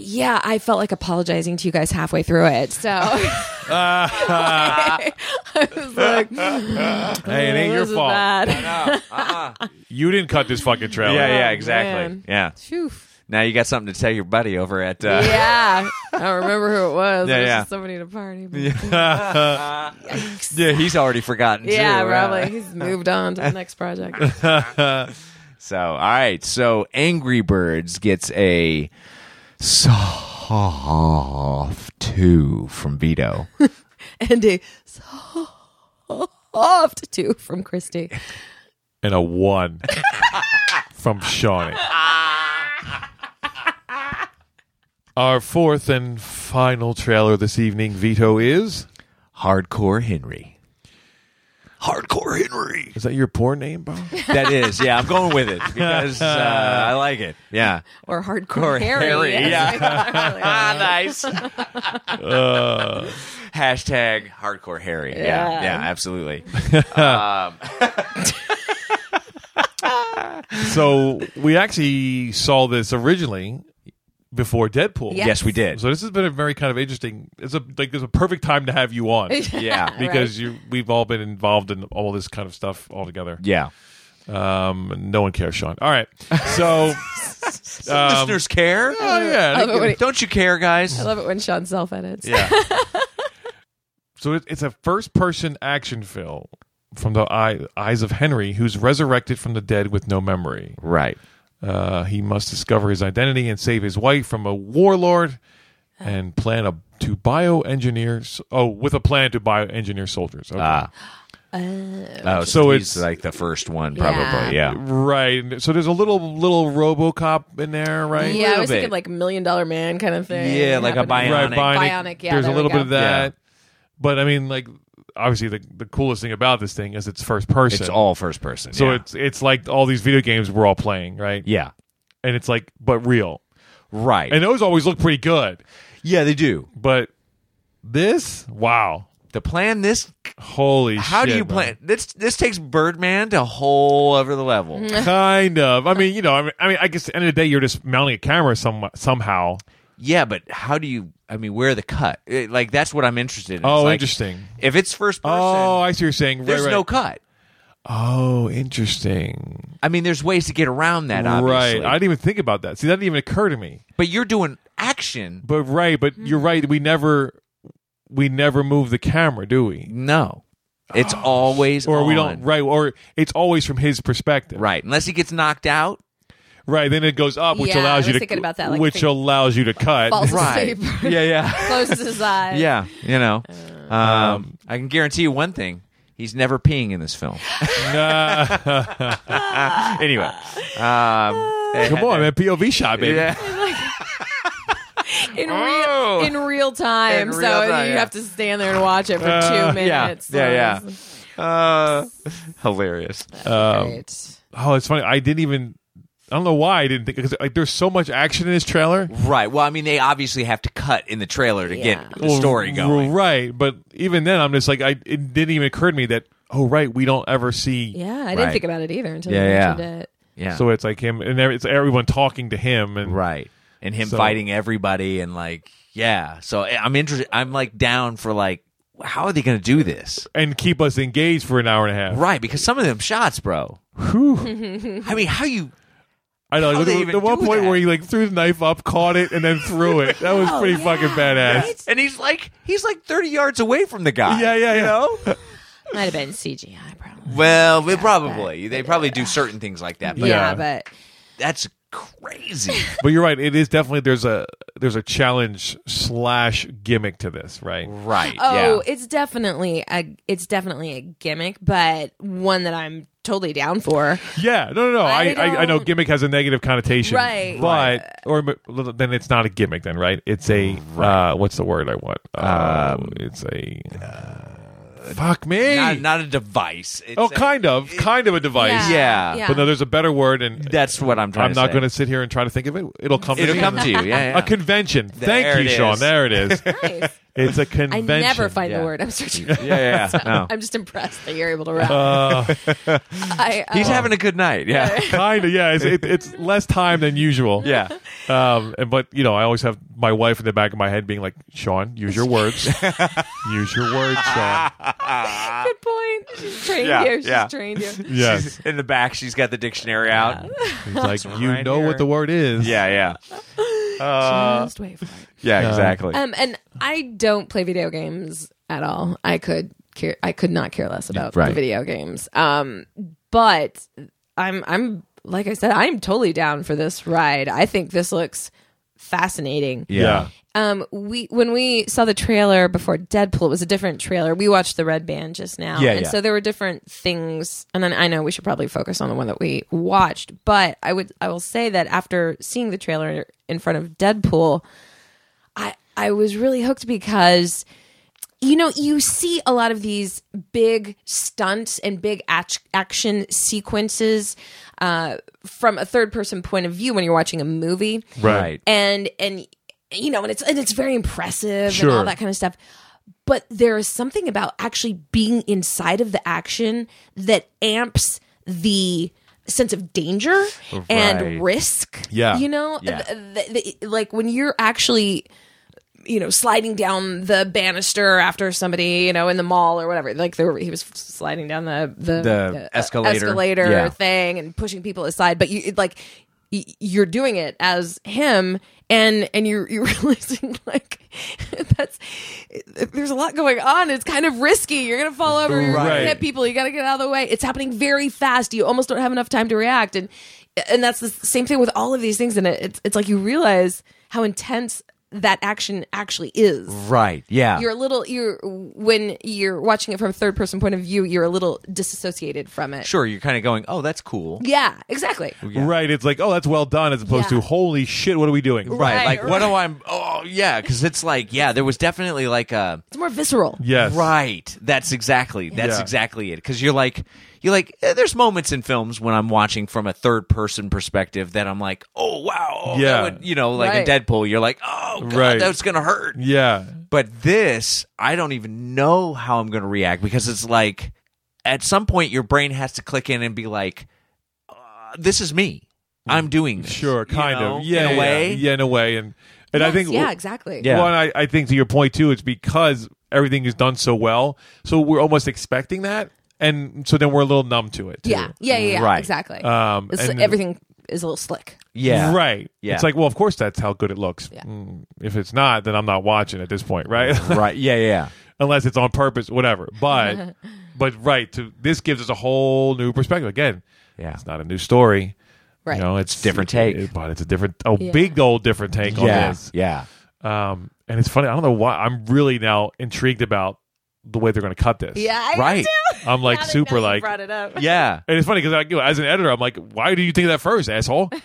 yeah, I felt like apologizing to you guys halfway through it. So I was like, Hey, it ain't your "This is fault. bad." You didn't cut this fucking trailer. Yeah, yeah, Oh, exactly. man. Yeah. Phew. now you got something to tell your buddy over at. Uh, yeah, I don't remember who it was. Yeah, it was yeah. just somebody at a party. but- yeah. he's already forgotten. too, uh, yeah, right? probably. He's moved on to the next project. So, all right. So, Angry Birds gets a soft two from Vito. and a soft two from Christy. and a one from Shawnee. Our fourth and final trailer this evening, Vito, is. Hardcore Henry. Hardcore Henry. Is that your porn name, bro? That is, yeah. I'm going with it because uh, I like it. Yeah. Or Or hardcore Harry. Harry, yes. ah, nice. Hashtag hardcore Harry. Yeah, yeah, Yeah. absolutely. so we actually saw this originally before Deadpool. Yeah. Yes, we did. So this has been a very kind of interesting. It's a like it's a perfect time to have you on Yeah, because you we've all been involved in all this kind of stuff all together. yeah. Um, no one cares, Sean. All right, so um, Listeners care. oh, yeah, love it when he- Don't you care, guys? I love it when Sean self edits. Yeah. So it, it's a first-person action film from the eye, eyes of Henry, who's resurrected from the dead with no memory. Right. Uh, he must discover his identity and save his wife from a warlord, and plan a, to bioengineer. s- Oh, with a plan to bioengineer soldiers. Okay. Ah. Oh, So so it's it's- like the first one, probably. Yeah. Right. And So there's a little little RoboCop in there, right? Yeah, I Little was bit. thinking like Million Dollar Man kind of thing. Yeah, like a happening. bionic. Right, Bionic, yeah, there's a there we little go. bit of that, but I mean, like, obviously, the the coolest thing about this thing is it's first person. It's all first person. so yeah. it's it's like all these video games we're all playing, right? yeah. and it's like but real Right. and those always look pretty good yeah, they do. but this wow The plan this holy how shit, do you man. plan this this takes Birdman to a whole other level. kind of i mean you know I mean, I mean i guess at the end of the day you're just mounting a camera some, somehow Yeah, but how do you? I mean, where are the cut? It- like that's what I'm interested in. It's Oh, like, interesting. If it's first person, oh i see what you're saying Right, there's right. no cut. oh interesting I mean, there's ways to get around that. Obviously, right i didn't even think about that see that didn't even occur to me but you're doing action. but right Mm-hmm. but you're right we never we never move the camera do we No, it's always Oh, or we on. don't right or it's always from his perspective Right, unless he gets knocked out. right then it goes up which Yeah, I allows you was to thinking about that, like, which think- allows you to cut Falls Right. asleep. Yeah, yeah, Closes his eyes. yeah. You know, um, I can guarantee you one thing: he's never peeing in this film. anyway, um, Come on, man. POV shot, baby. Yeah. In, Oh. real, in real time. In so real time, you yeah. Uh, have to stand there and watch it for two minutes. Yeah, yeah, So yeah. Uh, hilarious. it's great. Oh, it's funny. I didn't even. I don't know why I didn't think because like there's so much action in this trailer. Right. Well, I mean, they obviously have to cut in the trailer to Yeah. get the story going. right? But even then, I'm just like I. It didn't even occur to me that oh right, we don't ever see. Yeah, I Right. didn't think about it either until Yeah, you yeah. mentioned it. Yeah. So it's like him and every- it's everyone talking to him and right. And him So- fighting everybody and like, yeah. So I- I'm interested. I'm like down for like, how are they going to do this? and keep us engaged for an hour and a half. Right. Because some of them shots, bro. I mean, how you? I know. How'd Like, they the, even the one do point that? where he like threw the knife up, caught it, and then threw it. That was pretty fucking badass. And he's like, he's like 30 yards away from the guy. Yeah, yeah, yeah. You know? Might have been CGI, probably. well, we probably they probably do certain things like that, but Yeah. yeah, but that's crazy. But you're right. It is definitely there's a there's a challenge slash gimmick to this, right? right. Oh, yeah. it's definitely a it's definitely a gimmick, but one that I'm totally down for. Yeah, no, no, no. I, I I, I, know don't- gimmick has a negative connotation, Right. But or but then it's not a gimmick, then right? It's a Mm, uh, what's the word I want? Um, it's a fuck me. uh, not, not a device. It's oh, a- kind of, kind of a device. Yeah. But no, there's a better word, and That's what I'm trying. I'm not say. going to sit here and try to think of it. It'll come. to It'll me. come to you. Yeah. yeah. A convention. There Thank you, it Sean. is. There it is. nice. It's a I convention. never find Yeah. the word I'm searching. for. yeah, yeah. No. I'm just impressed that you're able to rap. Uh, I, uh, He's having a good night. Yeah. kind of, yeah. It's, it, it's less time than usual. Yeah. Um, and, but you know, I always have my wife in the back of my head being like, "Sean, use your words. use your words, Sean." good point. She's trained Yeah, here. She's yeah. trained here. Yes. She's in the back, she's got the dictionary out. He's like, "You right know here. what the word is." Yeah, yeah. Uh, just wait for it. Yeah, exactly. Um, and I don't play video games at all. I could care, I could not care less about right. the video games. Um, but I'm I'm like I said, I'm totally down for this ride. I think this looks fascinating. Yeah. Um, we when we saw the trailer before Deadpool, it was a different trailer. We watched the Red Band just now, Yeah, and yeah. so there were different things. And then I know we should probably focus on the one that we watched, but I would I will say that after seeing the trailer in front of Deadpool, I I was really hooked because you know you see a lot of these big stunts and big ac- action sequences uh, from a third person point of view when you're watching a movie, Right. and and you know and it's and it's very impressive Sure. and all that kind of stuff but there is something about actually being inside of the action that amps the sense of danger Right. and risk Yeah. you know Yeah. Th- th- th- like when you're actually you know sliding down the banister after somebody you know in the mall or whatever like there were, he was sliding down the the, The uh, escalator. escalator Yeah. thing and pushing people aside but you it, like y- you're doing it as him and and you're you're realizing like that's there's a lot going on it's kind of risky you're gonna fall over you're gonna Right. hit people you gotta get out of the way it's happening very fast you almost don't have enough time to react and and that's the same thing with all of these things and it, it's, it's like you realize how intense that action actually is Right. Yeah. you're a little you're when you're watching it from a third person point of view you're a little disassociated from it sure, you're kind of going, "Oh, that's cool." yeah exactly Right. It's like, oh, that's well done, as opposed to, Yeah. holy shit, what are we doing? Right. Right, like, what right. do I Oh, yeah, cuz it's like, yeah, there was definitely like a it's more visceral Yes. Right. That's exactly. That's Yeah. exactly it. Because you're like, you're like. eh, There's moments in films when I'm watching from a third person perspective that I'm like, oh wow, oh, that Yeah. would- you know, like in Right. Deadpool, you're like, oh god, Right. that's gonna hurt. Yeah. But this, I don't even know how I'm gonna react because it's like, at some point, your brain has to click in and be like, uh, this is me. I'm doing this. Mm. Sure. you Kind know, of. Yeah. in a yeah, way. Yeah. In a way. And and I Yes, think yeah exactly Yeah. Well, and I, I think to your point too, it's because everything is done so well, so we're almost expecting that, and so then we're a little numb to it. too. yeah yeah yeah, yeah, Right. exactly Um, It's- and- everything is a little slick Yeah. Right. Yeah. It's like, well, of course that's how good it looks. Mm, if it's not, then I'm not watching at this point, right? Right. Yeah. Yeah. Unless it's on purpose, whatever. But but right, to this gives us a whole new perspective. Again, Yeah. it's not a new story. right You know, it's, different take. it- but it's a different a Yeah. big old different take on Yeah. this. Yeah. Um and it's funny, I don't know why I'm really now intrigued about the way they're gonna cut this. yeah I Right. I'm like now that- super now you like brought it up Yeah. and it's funny because you know, as an editor, I'm like, why do you think of that first, asshole? and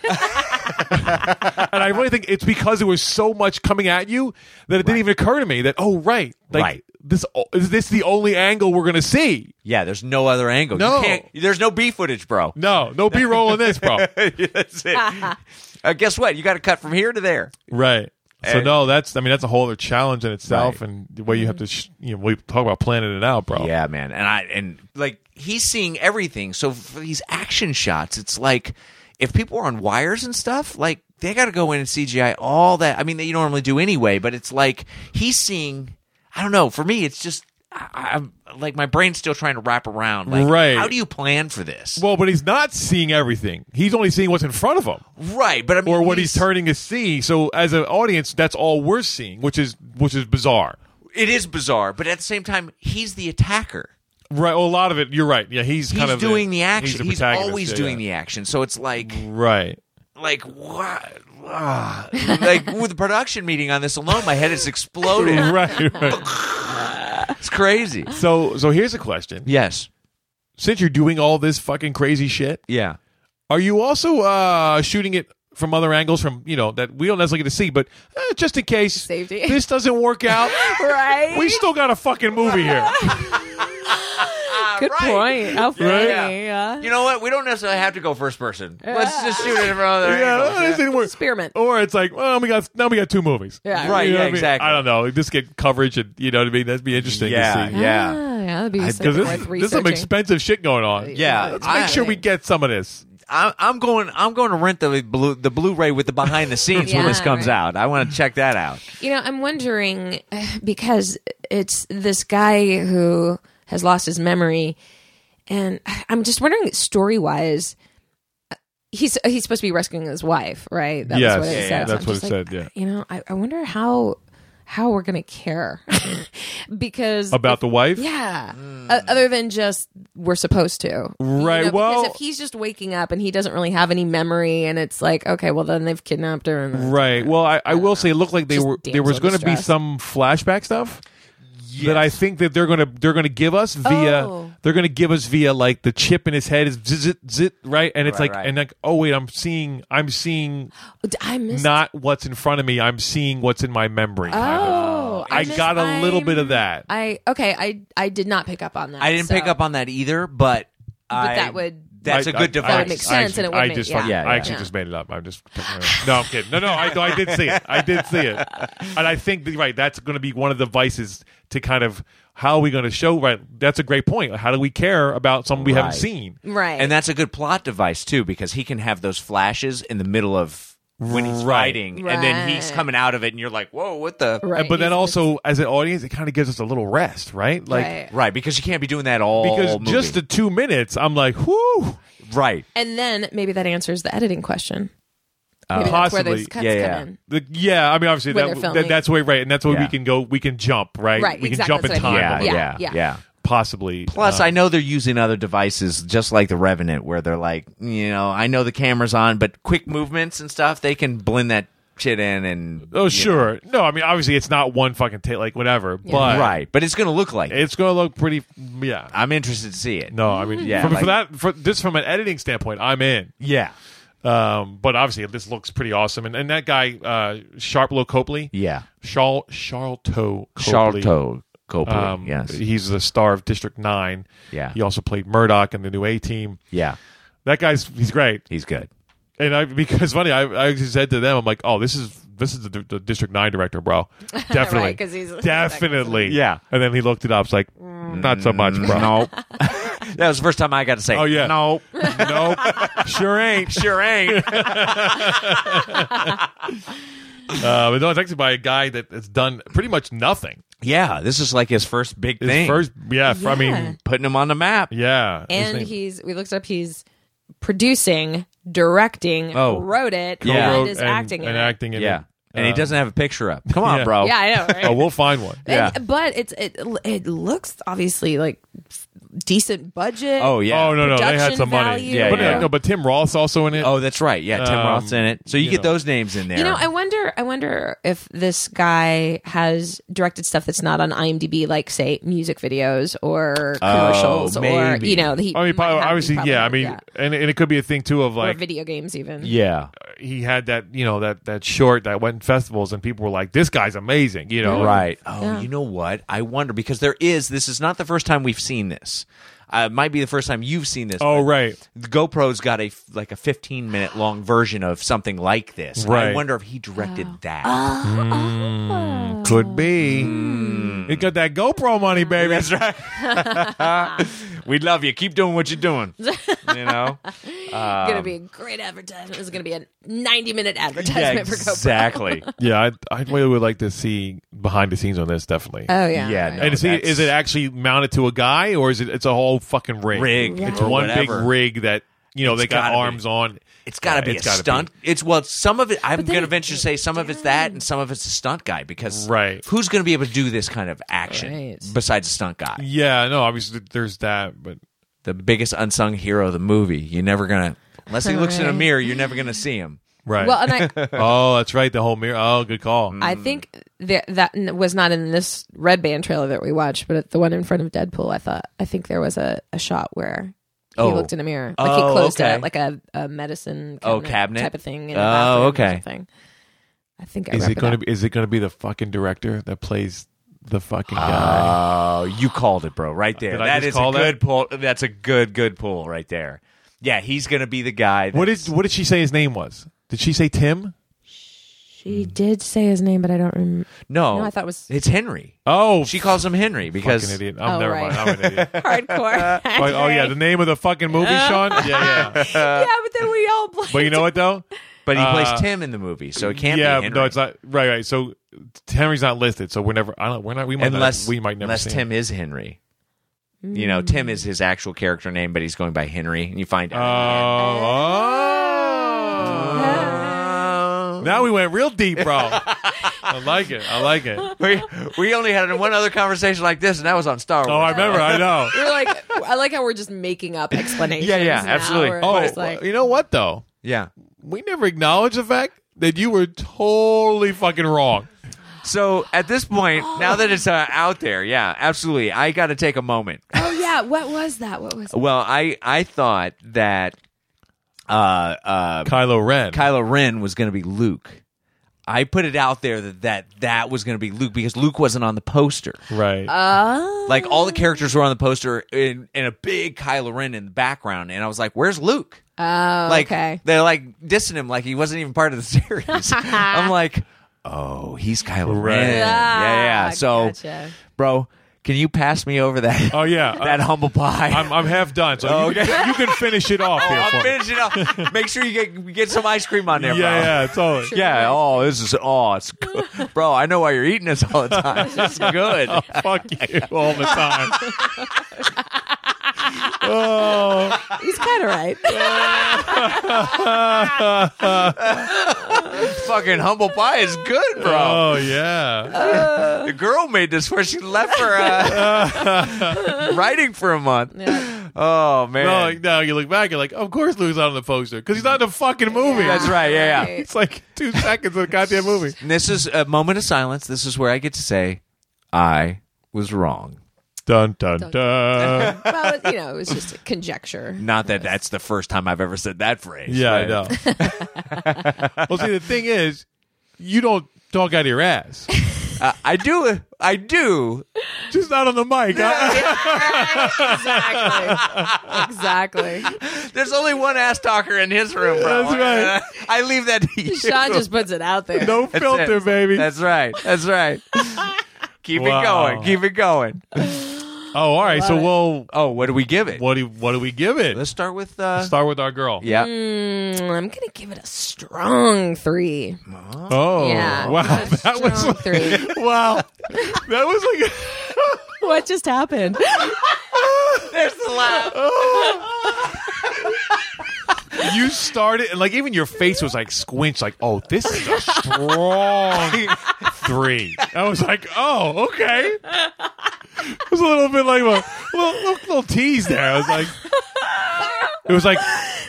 I really think it's because there was so much coming at you that it didn't even occur to me that oh right, like Right. this oh, is this the only angle we're gonna see? Yeah, there's no other angle. No. You can't, there's no B footage, bro. No, no B roll in this, bro. That's it. uh, guess what? You got to cut from here to there. right. So And- no, that's I mean that's a whole other challenge in itself, Right. and the way you have to sh- you know we talk about planning it out, bro. Yeah, man. And I and like he's seeing everything. So for these action shots, it's like if people are on wires and stuff, like they got to go in and CGI all that. I mean, that you normally do anyway, but it's like he's seeing. I don't know. For me, it's just I, I'm like my brain's still trying to wrap around. Like, Right. How do you plan for this? Well, but he's not seeing everything. He's only seeing what's in front of him. right, but I mean, or what he's turning to see. So as an audience, that's all we're seeing, which is which is bizarre. It is bizarre, but at the same time, he's the attacker. Right. Well, a lot of it. You're right. Yeah, he's, he's kind of doing the action. He's, protagonist. always Yeah, doing yeah. the action. So it's like, right. like what? Ah. like with the production meeting on this alone, my head is exploding. right. Right. It's crazy. So so here's a question: Yes. Since you're doing all this fucking crazy shit, Yeah. are you also uh, shooting it? From other angles, from you know that we don't necessarily get to see, but uh, just in case Safety. this doesn't work out, right we still got a fucking movie here. Good right. point. How funny. Yeah. You know what? We don't necessarily have to go first person. Let's just shoot it from other angles. Yeah, Oh, it's anywhere. Experiment. Or it's like, well, we got now we got two movies. Yeah. Right, You know yeah, what I mean? exactly. I don't know. Just get coverage, and you know what I mean. That'd be interesting. Yeah, to see. yeah. Ah, yeah, that'd be Because something this, worth this is some researching. expensive shit going on. Yeah, Let's I- make sure we get some of this. I'm, I'm going. I'm going to rent the blue, the Blu-ray with the behind the scenes when Yeah, this comes right. out. I want to check that out. You know, I'm wondering uh, because it's this guy who has lost his memory, and I'm just wondering story wise. He's uh, he's supposed to be rescuing his wife, right? That's Yes. what Yeah, it says. yeah, that's I'm what just it like, said, yeah. you know, I, I wonder how how we're gonna care because About the wife? yeah. O- other than just we're supposed to, You Right, know, well- because if he's just waking up and he doesn't really have any memory, and it's like okay, well then they've kidnapped her, and Right. Well, I, I will say, it looked like they Just were there damsel was going to be distress. some flashback stuff that I think that they're going to they're going to give us via Oh. they're going to give us via like the chip in his head is zit zit, zit right, and it's Right, like right. and like oh wait, I'm seeing I'm seeing I missed not what's in front of me, I'm seeing what's in my memory. Oh, I missed- got a little I'm- bit of that. I okay. I I did not pick up on that. I didn't pick so- up on that either, but I, that would- that's a a good device. would make sense, and it would I make- just yeah. fucking- Yeah, I yeah. actually Yeah. just made it up. I'm just no, I'm kidding. No, no, I, no, I did see it. I did see it, and I think that, right that's going to be one of the vices to kind of how are we going to show right. That's a great point. How do we care about something we haven't Right. seen? Right. And that's a good plot device too, because he can have those flashes in the middle of when he's Right. fighting, and then he's Right. coming out of it, and you're like, "Whoa, what the?" Right. uh, But then also as an audience, it kind of gives us a little rest, right? Like Right. Right, because you can't be doing that all because movie. just the two minutes, I'm like, whoo, right. and then maybe that answers the editing question. Maybe that's where possibly. those cuts Yeah, yeah. come in. The- yeah, I mean, obviously When that, they're that filming. that's where right, and that's where Yeah. we can go. We can jump right. Right, we can exactly, jump in that's what time, I mean. Yeah, a yeah, little yeah, Yeah, yeah. possibly. Plus, I know they're using other devices, just like the Revenant, where they're like, you know, I know the camera's on, but quick movements and stuff, they can blend that shit in and Oh, sure. No, I mean, obviously, it's not one fucking take, like whatever, but right. But it's gonna look like. It. it's going to look pretty. Yeah. I'm interested to see it. No, I mean, Yeah, yeah. From, for like- that, for, just from an editing standpoint, I'm in. Yeah. Um, but obviously, this looks pretty awesome. And, and that guy, uh, Sharplo Copley. Yeah. Charl, Charlto Copley. Sharlto Copley. Um, yes. He's the star of District 9. Yeah. He also played Murdoch in the new A team. yeah. That guy's, he's great. He's good. and I because funny, I I just said to them, I'm like, oh, this is this is the, the District Nine director, bro. Definitely, 'cause he's- definitely, Yeah. Mm, And then he looked it up. It's like, not so much, bro. Nope. that was the first time I got to say. Uh, Oh yeah, No, nope, Uh, sure ain't. sure ain't. Uh, but no, it's actually by a guy that has done pretty much nothing. yeah. This is like his first big His thing. first, yeah, f- I Yeah. mean, putting him on the map. yeah, his And name- he's we looked up. He's producing, directing, Oh. wrote it, Yeah. co-wrote and is acting in and it. acting in Yeah. it. Uh, And he doesn't have a picture up. Come on, Yeah. bro. Yeah, I know. Right? Oh, we'll find one. yeah. And- but it's it it looks obviously like decent budget. Oh yeah. Oh no, no, they had Production some money. value. Yeah, but, uh, yeah. no, but Tim Roth's also in it. Oh, that's right. Yeah, Tim Um, Roth's in it. So you, you get know. those names in there. You know, I wonder. I wonder if this guy has directed stuff that's not on IMDb, like say music videos or commercials, or Oh, maybe. you know, he. I mean, might probably, have- he obviously, probably- yeah. I mean, And, and it could be a thing too of or like video games even. yeah. he had that you know that that short that went in festivals and people were like this guy's amazing you know Right. Oh, you know what? I wonder because there is. This is not the first time we've seen this. Uh, it might be the first time you've seen this. oh but right The GoPro's got a f- like a 15 minute long version of something like this. I Right. wonder if he directed that. Uh. could be it got that GoPro money baby that's right We love you. Keep doing what you're doing. you know. It's gonna be a great advertisement. It's gonna be a ninety-minute Yeah, advertisement for GoPro. exactly. yeah I I really would like to see behind the scenes on this definitely Oh yeah. Yeah, right. no. and to see that's- is it actually mounted to a guy or is it it's a whole fucking rig Rig it's or one whatever. big rig that you know It's they got gotta be. arms on It's got to Yeah, be it's a gotta stunt. It's well, some of it. I'm But they- going to venture to say some of it's that, and some of it's a stunt guy because Right. Who's going to be able to do this kind of action Right. besides a stunt guy? yeah no obviously there's that but The biggest unsung hero of the movie. You're never gonna unless he looks in a Right. mirror. You're never gonna see him. right uh, Well, and I, oh that's right the whole mirror oh good Mm. call I think that that n- was not in this Red Band trailer that we watched, but the one in front of Deadpool. I thought I think there was a, a shot where he Oh. looked in a mirror, like he Oh, closed okay. it, like a, a medicine Oh, cabinet, cabinet? type of thing. In Oh, a bathroom okay. Or something. I think I is it going to gonna be is it gonna be the fucking director that plays the Uh, fucking guy. Oh, you called it, bro. Right there. Did I That just is call a that? good pull. That's a good, good pull right there. Yeah, he's gonna be the guy. What that's- did what did she say his name was? Did she say Tim? She did say his name, but I don't remember. No, No, I thought it was- it's Henry. Oh, She calls him Henry because fucking idiot. I'm Oh, never right. mind. I'm an idiot. Hardcore. Like, oh yeah, the name of the fucking movie, Sean. Yeah, yeah. yeah, but then we all blamed. But you know what though? but he Uh, plays Tim in the movie, so it can't yeah, be Henry. no, it's not right. Right. So Henry's not listed, so we're never. I don't. We're not. We might. unless not, we might never. unless see him. Tim is Henry. You know, Tim is his actual character name, but he's going by Henry, and you find Oh, out. oh. now we went real deep, bro. I like it. I like it. Oh, we, we only had one other conversation like this, and that was on Star Wars. Oh, I remember. I know. We're like, I like how we're just making up explanations. Yeah, yeah, now. absolutely. We're Oh, just like, you know what though? Yeah. We never acknowledge the fact that you were totally fucking wrong. So at this point, now that it's uh, out there, yeah, absolutely, I got to take a moment. oh yeah, what was that? What was? Well, I I thought that uh, uh, Kylo Ren. Kylo Ren was going to be Luke. I put it out there that that, that was going to be Luke because Luke wasn't on the poster. right. Uh, Oh, Like all the characters were on the poster in, in a big Kylo Ren in the background, and I was like, "Where's Luke?" oh, like okay. they're like dissing him like he wasn't even part of the series. I'm like, oh, he's Kylo Right. Ren. Yeah, yeah. Ah, So, gotcha. bro, can you pass me over that? oh yeah. that humble pie. I'm, I'm half done, so Oh, you, can, you can finish it off here for I'm me. finishing up. Make sure you get get some ice cream on there, Yeah, yeah, totally. bro. Yeah. Oh, this is oh, it's good. bro. I know why you're eating this all the time. It's good. Fuck you all the time. oh, He's kind of right. Fucking humble pie is good, bro. oh yeah. The girl made this where she left for uh, writing for a month. Oh man. No, like, now you look back, you're like, of course Louis on the poster because he's not in the fucking movie. That's right. Yeah, yeah. Right. It's like two seconds of the goddamn movie. And this is a moment of silence. This is where I get to say, I was wrong. Dun dun dun. well, you know, it was just a conjecture. Not that that's the first time I've ever said that phrase. yeah, I but- know. well, see, the thing is, you don't talk out of your ass. Uh, I do. I do. Just not on the mic. huh? exactly. Exactly. There's only one ass talker in his room, bro. That's right. I leave that to you. Sean just puts it out there. No That's filter, it. baby. That's right. That's right. Keep Wow. it going. Keep it going. oh, all right. So, well, Oh, what do we give it? what do what do we give it? Let's start with. Uh, start with our girl. yeah. Mm, I'm gonna give it a strong three. Oh, yeah, wow. A That was strong like, three. wow. That was like What just happened? There's the laugh. you started and like even your face was like squinched like oh this is a strong three i was like oh okay it was a little bit like a little, little, little tease there i was like it was like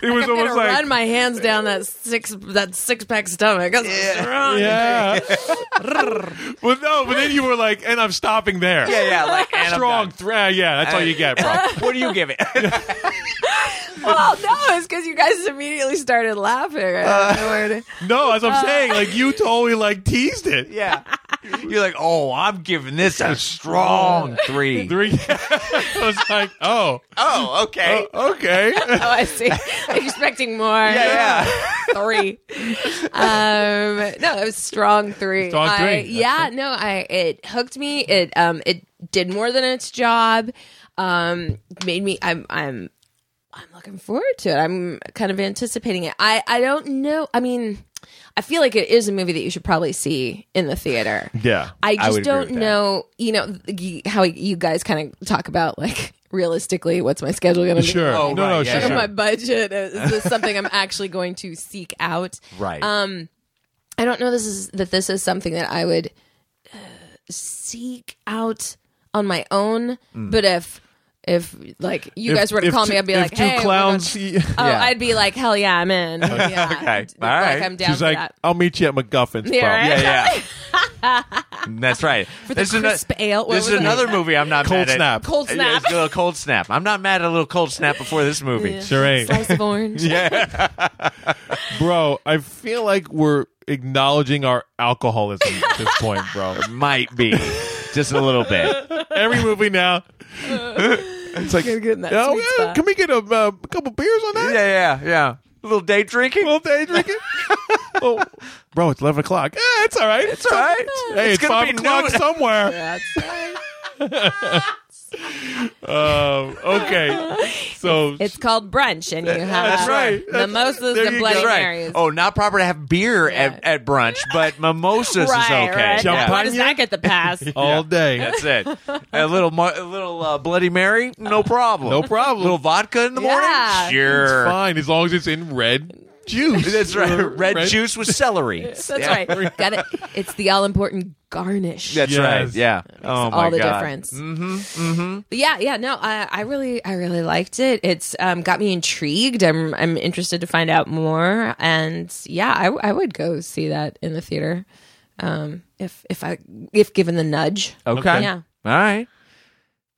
it was I'm gonna almost like run my hands down that six that six pack stomach. That's strong. yeah well no but then you were like and i'm stopping there Yeah, yeah. Like and I'm strong done. three yeah that's all you get bro what do you give it? Well, no, it's because you guys immediately started laughing. I don't know where to- no as i'm saying like you totally like teased it Yeah. You're like, oh, I'm giving this a strong three. three i was like oh Oh, okay. okay oh, I see. I'm expecting more. Yeah, three. Um, no, it was strong three. Strong I- three. yeah, no, I it hooked me. It um it did more than its job. Um, made me. I'm I'm I'm looking forward to it. I'm kind of anticipating it. I I don't know. I mean, I feel like it is a movie that you should probably see in the theater. yeah I just would agree don't with that. know, you know, y- how you guys kind of talk about like realistically what's my schedule going to be. Sure. Oh, no, right, no, yeah, sure, yeah. sure. My budget is this something I'm actually going to seek out. Right. Um, I don't know. This is that this is something that I would uh, seek out on my own. But if if like you Mm. If- guys were to if call two- me, I'd be if like, two hey, we're clowns. going- y- Oh, Yeah. I'd be like, hell yeah, I'm in. Yeah. Okay. Like, All right. I'm down She's for like, that. I'll meet you at McGuffin's. Yeah, pub." right? Yeah, yeah. That's right. the is ano- crisp ale. What This is was it? another movie I'm not Cold mad at. snap. Cold Yeah, snap. it's a little cold snap. I'm not mad at a little cold snap before this movie. Sure ain't. Slice of orange. bro, I feel like we're acknowledging our alcoholism at this point, bro. Might be. just a little bit. Every movie now. It's like, Gotta get in that "Oh, sweet yeah, spot." can we get a uh, couple beers on that? yeah, yeah. A little day drinking. Little day drinking. oh, bro, it's eleven o'clock. Eh, it's all right. It's all right. Hey, It's it's, gonna five be o'clock noon. somewhere. That's right. Um, okay, so It's called brunch, and you have that's right. That's- mimosas there and you Bloody go. Right. Marys. Oh, not proper to have beer at, at brunch, but mimosas is right, okay. right. Yeah. Why does that get the pass? all day. That's it. A little, mar- a little uh, Bloody Mary, no problem. No problem. A little vodka in the Yeah. morning, sure. Fine, as long as it's in red juice. That's right. Or Red, juice with celery. That's right. Got it. It's the all important garnish. That's Yes. right. Yeah. oh my all the God. difference. Mm-hmm. Mm-hmm. Yeah, yeah. No, I, I really, I really liked it. It's um, got me intrigued. I'm, I'm interested to find out more. And yeah, I, w- I would go see that in the theater um, if, if I, if given the nudge. Okay. Yeah. All right.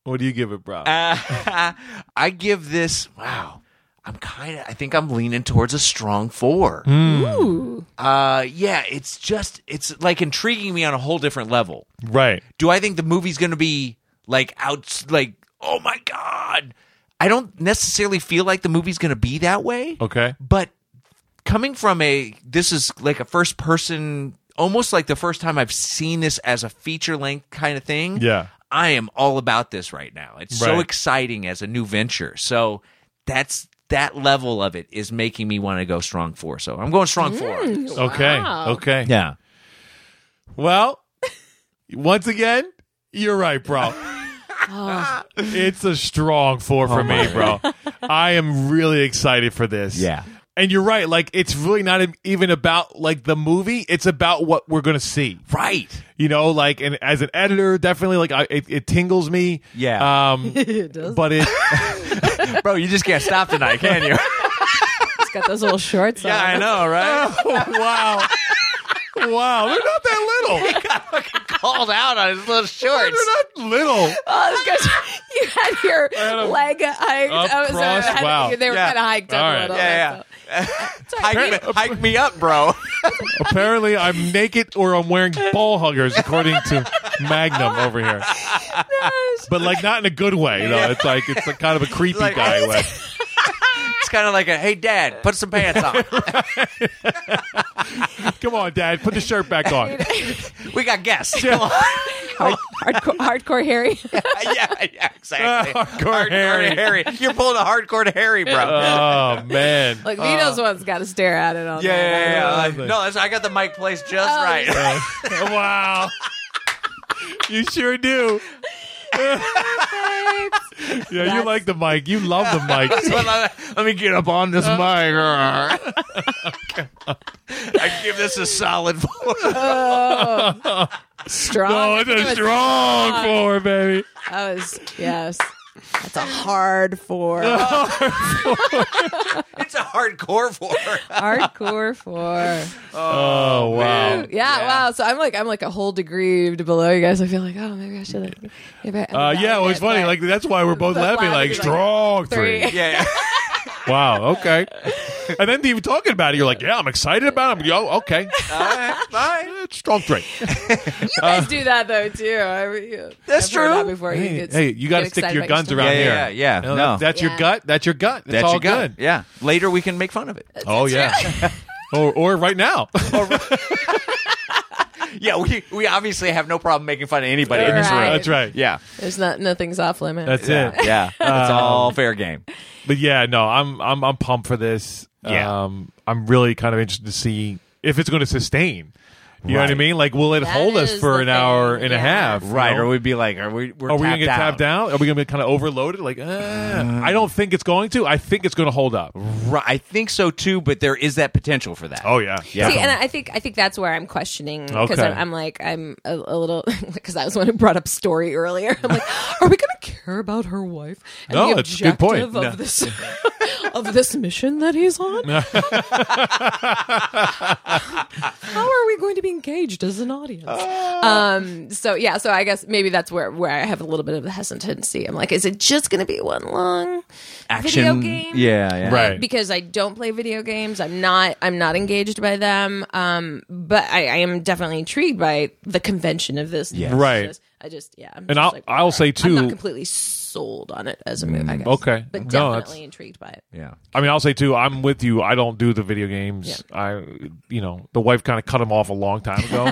What do you give it, bro? Uh, I give this. Wow. I'm kind of. I think I'm leaning towards a strong four. Ooh. Uh, yeah. It's just. It's like intriguing me on a whole different level. right. Do I think the movie's going to be like out? Like oh my god. I don't necessarily feel like the movie's going to be that way. Okay. But coming from a this is like a first person almost like the first time I've seen this as a feature length kind of thing. Yeah. I am all about this right now. It's so Right. exciting as a new venture. So that's that level of it is making me want to go strong four. So I'm going strong four. Okay. Wow. Okay. Yeah. Well, once again, you're right, bro. Oh. It's a strong four Oh for me, bro. I am really excited for this. Yeah. And you're right. Like, it's really not even about like the movie. It's about what we're gonna see. Right. You know, like, and as an editor, definitely, like, I, it, it tingles me. Yeah. Um, but it. Bro, you just can't stop tonight, can you? It's got those little shorts on. know, right? wow. Wow, they're not that little. Called out on his little shorts. They're not little. Oh, this guy's, you had your leg hiked. Up oh, sorry, I cross, had- wow. They were Yeah. kind of hiked up All a right. little. Yeah, yeah. Hike me, hike me up, bro. Apparently, I'm naked or I'm wearing ball huggers, according to Magnum over here. But like, not in a good way though. It's like it's like kind of a creepy Like- guy way. It's kind of like a, hey, dad, put some pants on. Come on, Dad, put the shirt back on. We got guests. Come on. hardcore, hardcore Harry. yeah, yeah, exactly. Uh, hardcore Harry. You're pulling a hardcore Harry, bro. Oh man, Like Uh. Vito's one's got to stare at it all yeah, night. yeah, yeah, yeah. Lovely. no, that's, I got the mic placed just right. wow, you sure do. Yeah, you That's- like the mic. You love the mic. Oh, Let me get up on this mic. I give this a solid four. Strong. Oh, I it's think a it was- Ah. strong four, baby. That was yes. That's a hard four. It's a hardcore four. hardcore four. Oh wow. Yeah, wow. So I'm like I'm like a whole degree below you guys. I feel like oh maybe I should. have maybe I- Uh, maybe yeah, I it was get funny. that. Like that's why we're both That's laughing. why Like it's like strong three. three. Yeah. Wow. Okay. and then even talking about it, you're like, yeah, I'm excited about it. I'm, yo, okay. Eh, All right. All right. It's strong three. you guys do that though too. I mean, yeah. That's I've heard true. that before you uh, Hey, get- hey, you got to get stick to excited your about guns stuff. around here. Yeah, yeah, yeah. You know, No. That's your Yeah. gut. That's your gut. It's That's all your gut. good. Yeah. Later we can make fun of it. Oh yeah. or or right now. Yeah, we, we obviously have no problem making fun of anybody in this Right. room. that's right. Yeah. There's not nothing's off limit. That's it. Yeah. Um, It's all fair game. But yeah, no, I'm I'm I'm pumped for this. Yeah. Um I'm really kind of interested to see if it's going to sustain. You know what I Right. mean? Like, will it That hold us is for the an hour thing. and a Yeah. half? you Right. know? Or we'd be like, are we we're Are we tapped gonna get out. tapped down? Are we gonna be kind of overloaded? Like, uh, I don't think it's going to. I think it's gonna hold up. Right. I think so too, but there is that potential for that. Oh yeah, Yeah. See, and I think I think that's where I'm questioning because Okay. I'm, I'm like I'm a, a little because I was the one who brought up story earlier. I'm like, are we going to care about her wife? And No, the it's a good point. objective Of this of this mission that he's on, how are we going to be engaged as an audience? Ah. um, so yeah, so I guess maybe that's where where I have a little bit of the hesitancy. I'm like, is it just going to be one long video Action. game? Yeah, yeah. Right. because I don't play video games. I'm not I'm not engaged by them. Um, but I, I am definitely intrigued by the convention of this. Right. And I'll- I'll say, I'm too- not completely sold on it as a movie. I guess. okay. but No, that's- definitely intrigued by it. Yeah. I mean, I'll say too. I'm with you. I don't do the video games. I, you know, the wife kind of cut him off a long time ago,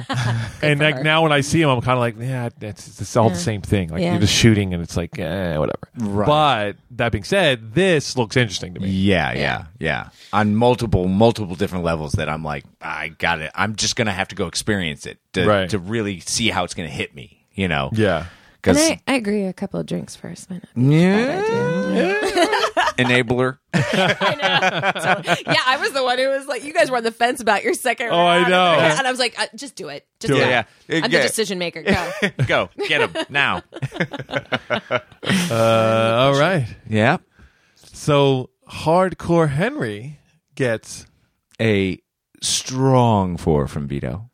and like her. now when I see him, I'm kind of like, yeah, it's, it's all the same thing. Like Yeah. you're just shooting, and it's like, eh, whatever. Right. But that being said, this looks interesting to me. Yeah, yeah, yeah. On multiple, multiple different levels that I'm like, I got it. I'm just gonna have to go experience it to Right. to really see how it's gonna hit me. You know? Yeah. Because And I, I agree. A couple of drinks first. Why not? enabler. yeah, I was the one who was like, you guys were on the fence about your second. Oh, I round. know. And I was like, uh, just do it. Just Do do, it. it. Yeah. I'm Yeah. the decision maker. Go. go get him now. Uh, all right. Yeah. So hardcore Henry gets. A strong four from Vito.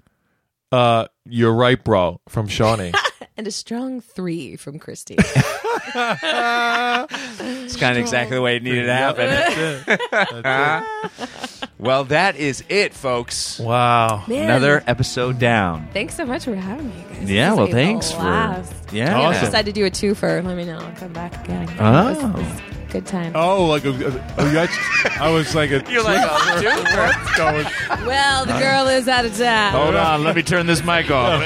Uh, you're right, bro. From Shawnee. and a strong three from Christy. It's kind of exactly the way it needed to happen. That's it. well, that is it, folks. wow. Man, Another episode down. Thanks so much for having me, you guys. Yeah, This is well, a thanks for- blast. Yeah. Yeah, Awesome. I decide to do a twofer. Let me know. I'll come back again. Oh. This- this is a good time. Oh, like a, a, oh, you actually- I was like a. You're like, oh, dude, what's going Well, the girl is out of town. Hold on, Let me turn this mic off.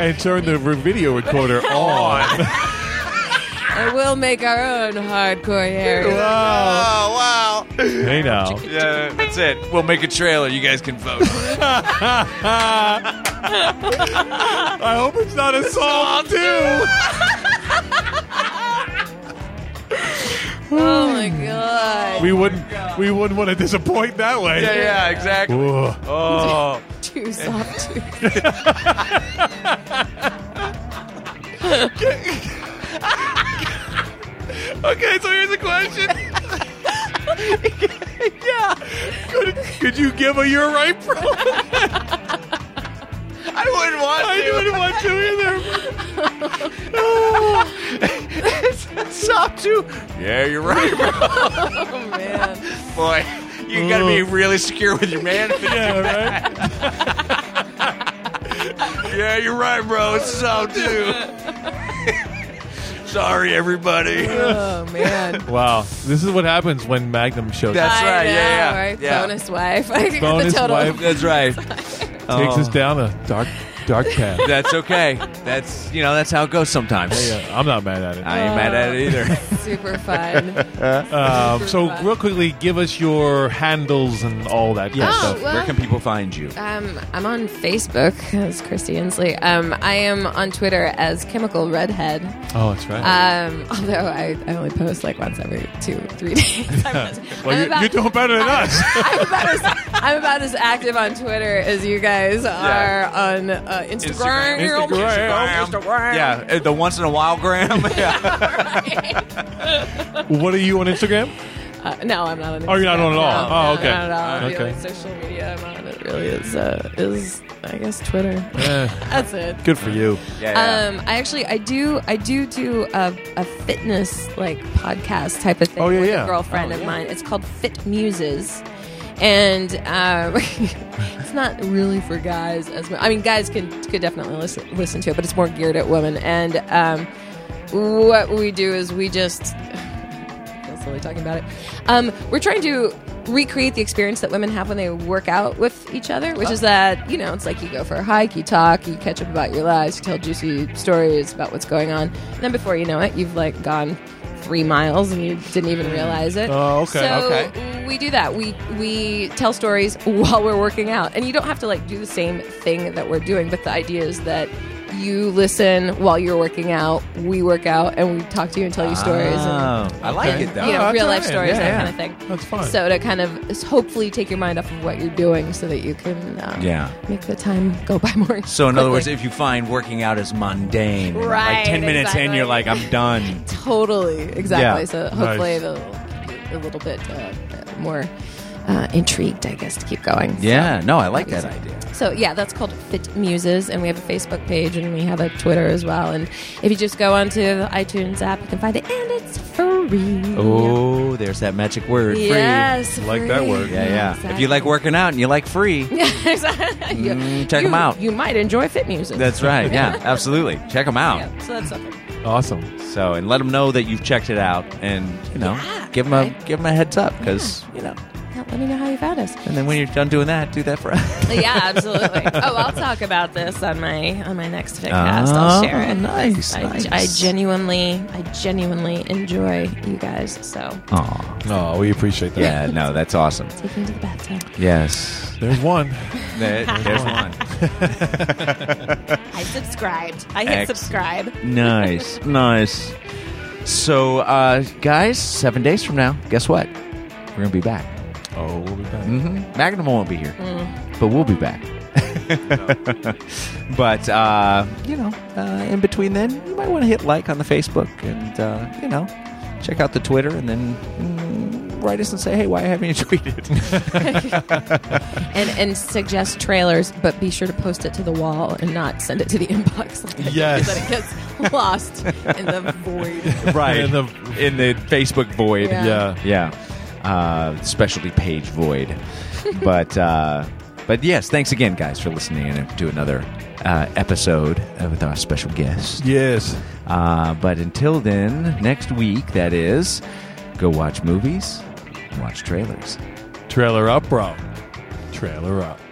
and turn the re- video recorder on. And we'll make our own hardcore hair. Oh wow. oh, wow. Hey now. Yeah, that's it. We'll make a trailer. You guys can vote. I hope it's not a song too. Oh my god. We wouldn't we wouldn't want to disappoint that way. yeah, yeah, exactly. Ooh. Oh, Too soft. Too. Okay, so here's a question. yeah. Could, could you give a you're right bro? I wouldn't want to. I wouldn't want to either. Stop too. Yeah, you're right, bro. Oh man. boy. You gotta be really secure with your man. Yeah, right? yeah, you're right, bro. It's stop too. Sorry, everybody. Oh man. Wow. This is what happens when Magnum shows up. That's I right. know, yeah, yeah. Right? yeah. Bonus wife. I think Bonus the total. wife. That's right. Takes Oh. us down a dark dark path. That's okay. That's you know that's how it goes sometimes. Yeah, I'm not mad at it. I ain't mad at Uh, it either. Super fun. Um, so, real quickly, give us your handles and all that kind of Oh, stuff. well- Where can people find you? Um, I'm on Facebook as Christy Inslee. Um, I am on Twitter as Chemical Redhead. Oh, that's right. Um, although I, I only post like once every two, three days. I'm, well, you, about- you're doing better than us. I'm about as, I'm about as active on Twitter as you guys are on uh, Instagram. Instagram. Instagram. Yeah, uh, the once in a while gram. yeah. what are you on Instagram? Uh, no, I'm not on. Instagram. Oh, you're not on at all. No, Oh, no, okay. Not at all. The Okay. only social media I'm on that really is uh, is I guess Twitter. Eh. That's it. Good for you. yeah, Um, I actually, I do, I do do a, a fitness like podcast type of thing Oh, yeah, with yeah. a girlfriend Oh, of yeah. mine. It's called Fit Muses, and um, it's not really for guys as much. I mean, guys can could definitely listen listen to it, but it's more geared at women. And um, what we do is we just constantly talking about it. Um, we're trying to recreate the experience that women have when they work out with each other, which is that, you know, it's like you go for a hike, you talk, you catch up about your lives, you tell juicy stories about what's going on. And then before you know it, you've like gone three miles and you didn't even realize it. Oh, okay. So Okay. we do that. We we tell stories while we're working out. And you don't have to like do the same thing that we're doing, but the idea is that you listen while you're working out, we work out, and we talk to you and tell you stories. Ah, And, Oh, I like it though. you Oh, know, that's real life right. stories, Yeah, that yeah. kind of thing. That's fine. So to kind of s- hopefully take your mind off of what you're doing, so that you can uh, Yeah. make the time go by more. So in other words, quickly. if you find working out is mundane, like Right, ten minutes in, exactly. you're like, I'm done. totally exactly. Yeah. So hopefully Nice. it'll keep you a little bit uh, more uh, intrigued, I guess, to keep going. So- yeah, no, I like that idea. So yeah, that's called Fit Muses, and we have a Facebook page and we have a Twitter as well. And if you just go onto the iTunes app, you can find it, and it's free. free. Oh, there's that magic word. free. Yes, Like that free. word. Yeah, yeah. If you like working out and you like free, Exactly. You- Mm, check you- 'em out. You might enjoy fit music. that's right. Yeah, absolutely. Check them out. yeah, so that's something. Awesome. So and let them know that you've checked it out, and you know, Yeah, give them a right. give them a heads up because you know. Yeah, let me know how you found us. And then when you're done doing that, do that for us. yeah, absolutely. Oh, I'll talk about this on my on my next Fitcast. I'll share it. Ah, nice, I, nice. I genuinely, I genuinely enjoy you guys. So Aw. Oh, we appreciate that. Yeah, no, that's awesome. take me to the bathtub. Yes, There's one. There- there's one. I subscribed. I hit Ex- subscribe. Nice, nice. So, uh, guys, seven days from now, guess what? We're gonna be back. Mm-hmm. Oh, we'll be back. Magnum won't be here, but we'll be back. but uh, you know, uh, in between then, you might want to hit like on the Facebook and uh, you know, check out the Twitter, and then mm, write us and say, hey, why haven't you tweeted? And and suggest trailers, but be sure to post it to the wall and not send it to the inbox. Like I think Yes. that it gets lost in the void. right In the- in the Facebook void. Yeah. Yeah. yeah uh, specialty page void but uh, but yes thanks again guys for listening and to another uh, episode with our special guest Yes. uh, but until then next week that is go watch movies watch trailers Trailer up, bro. Trailer up.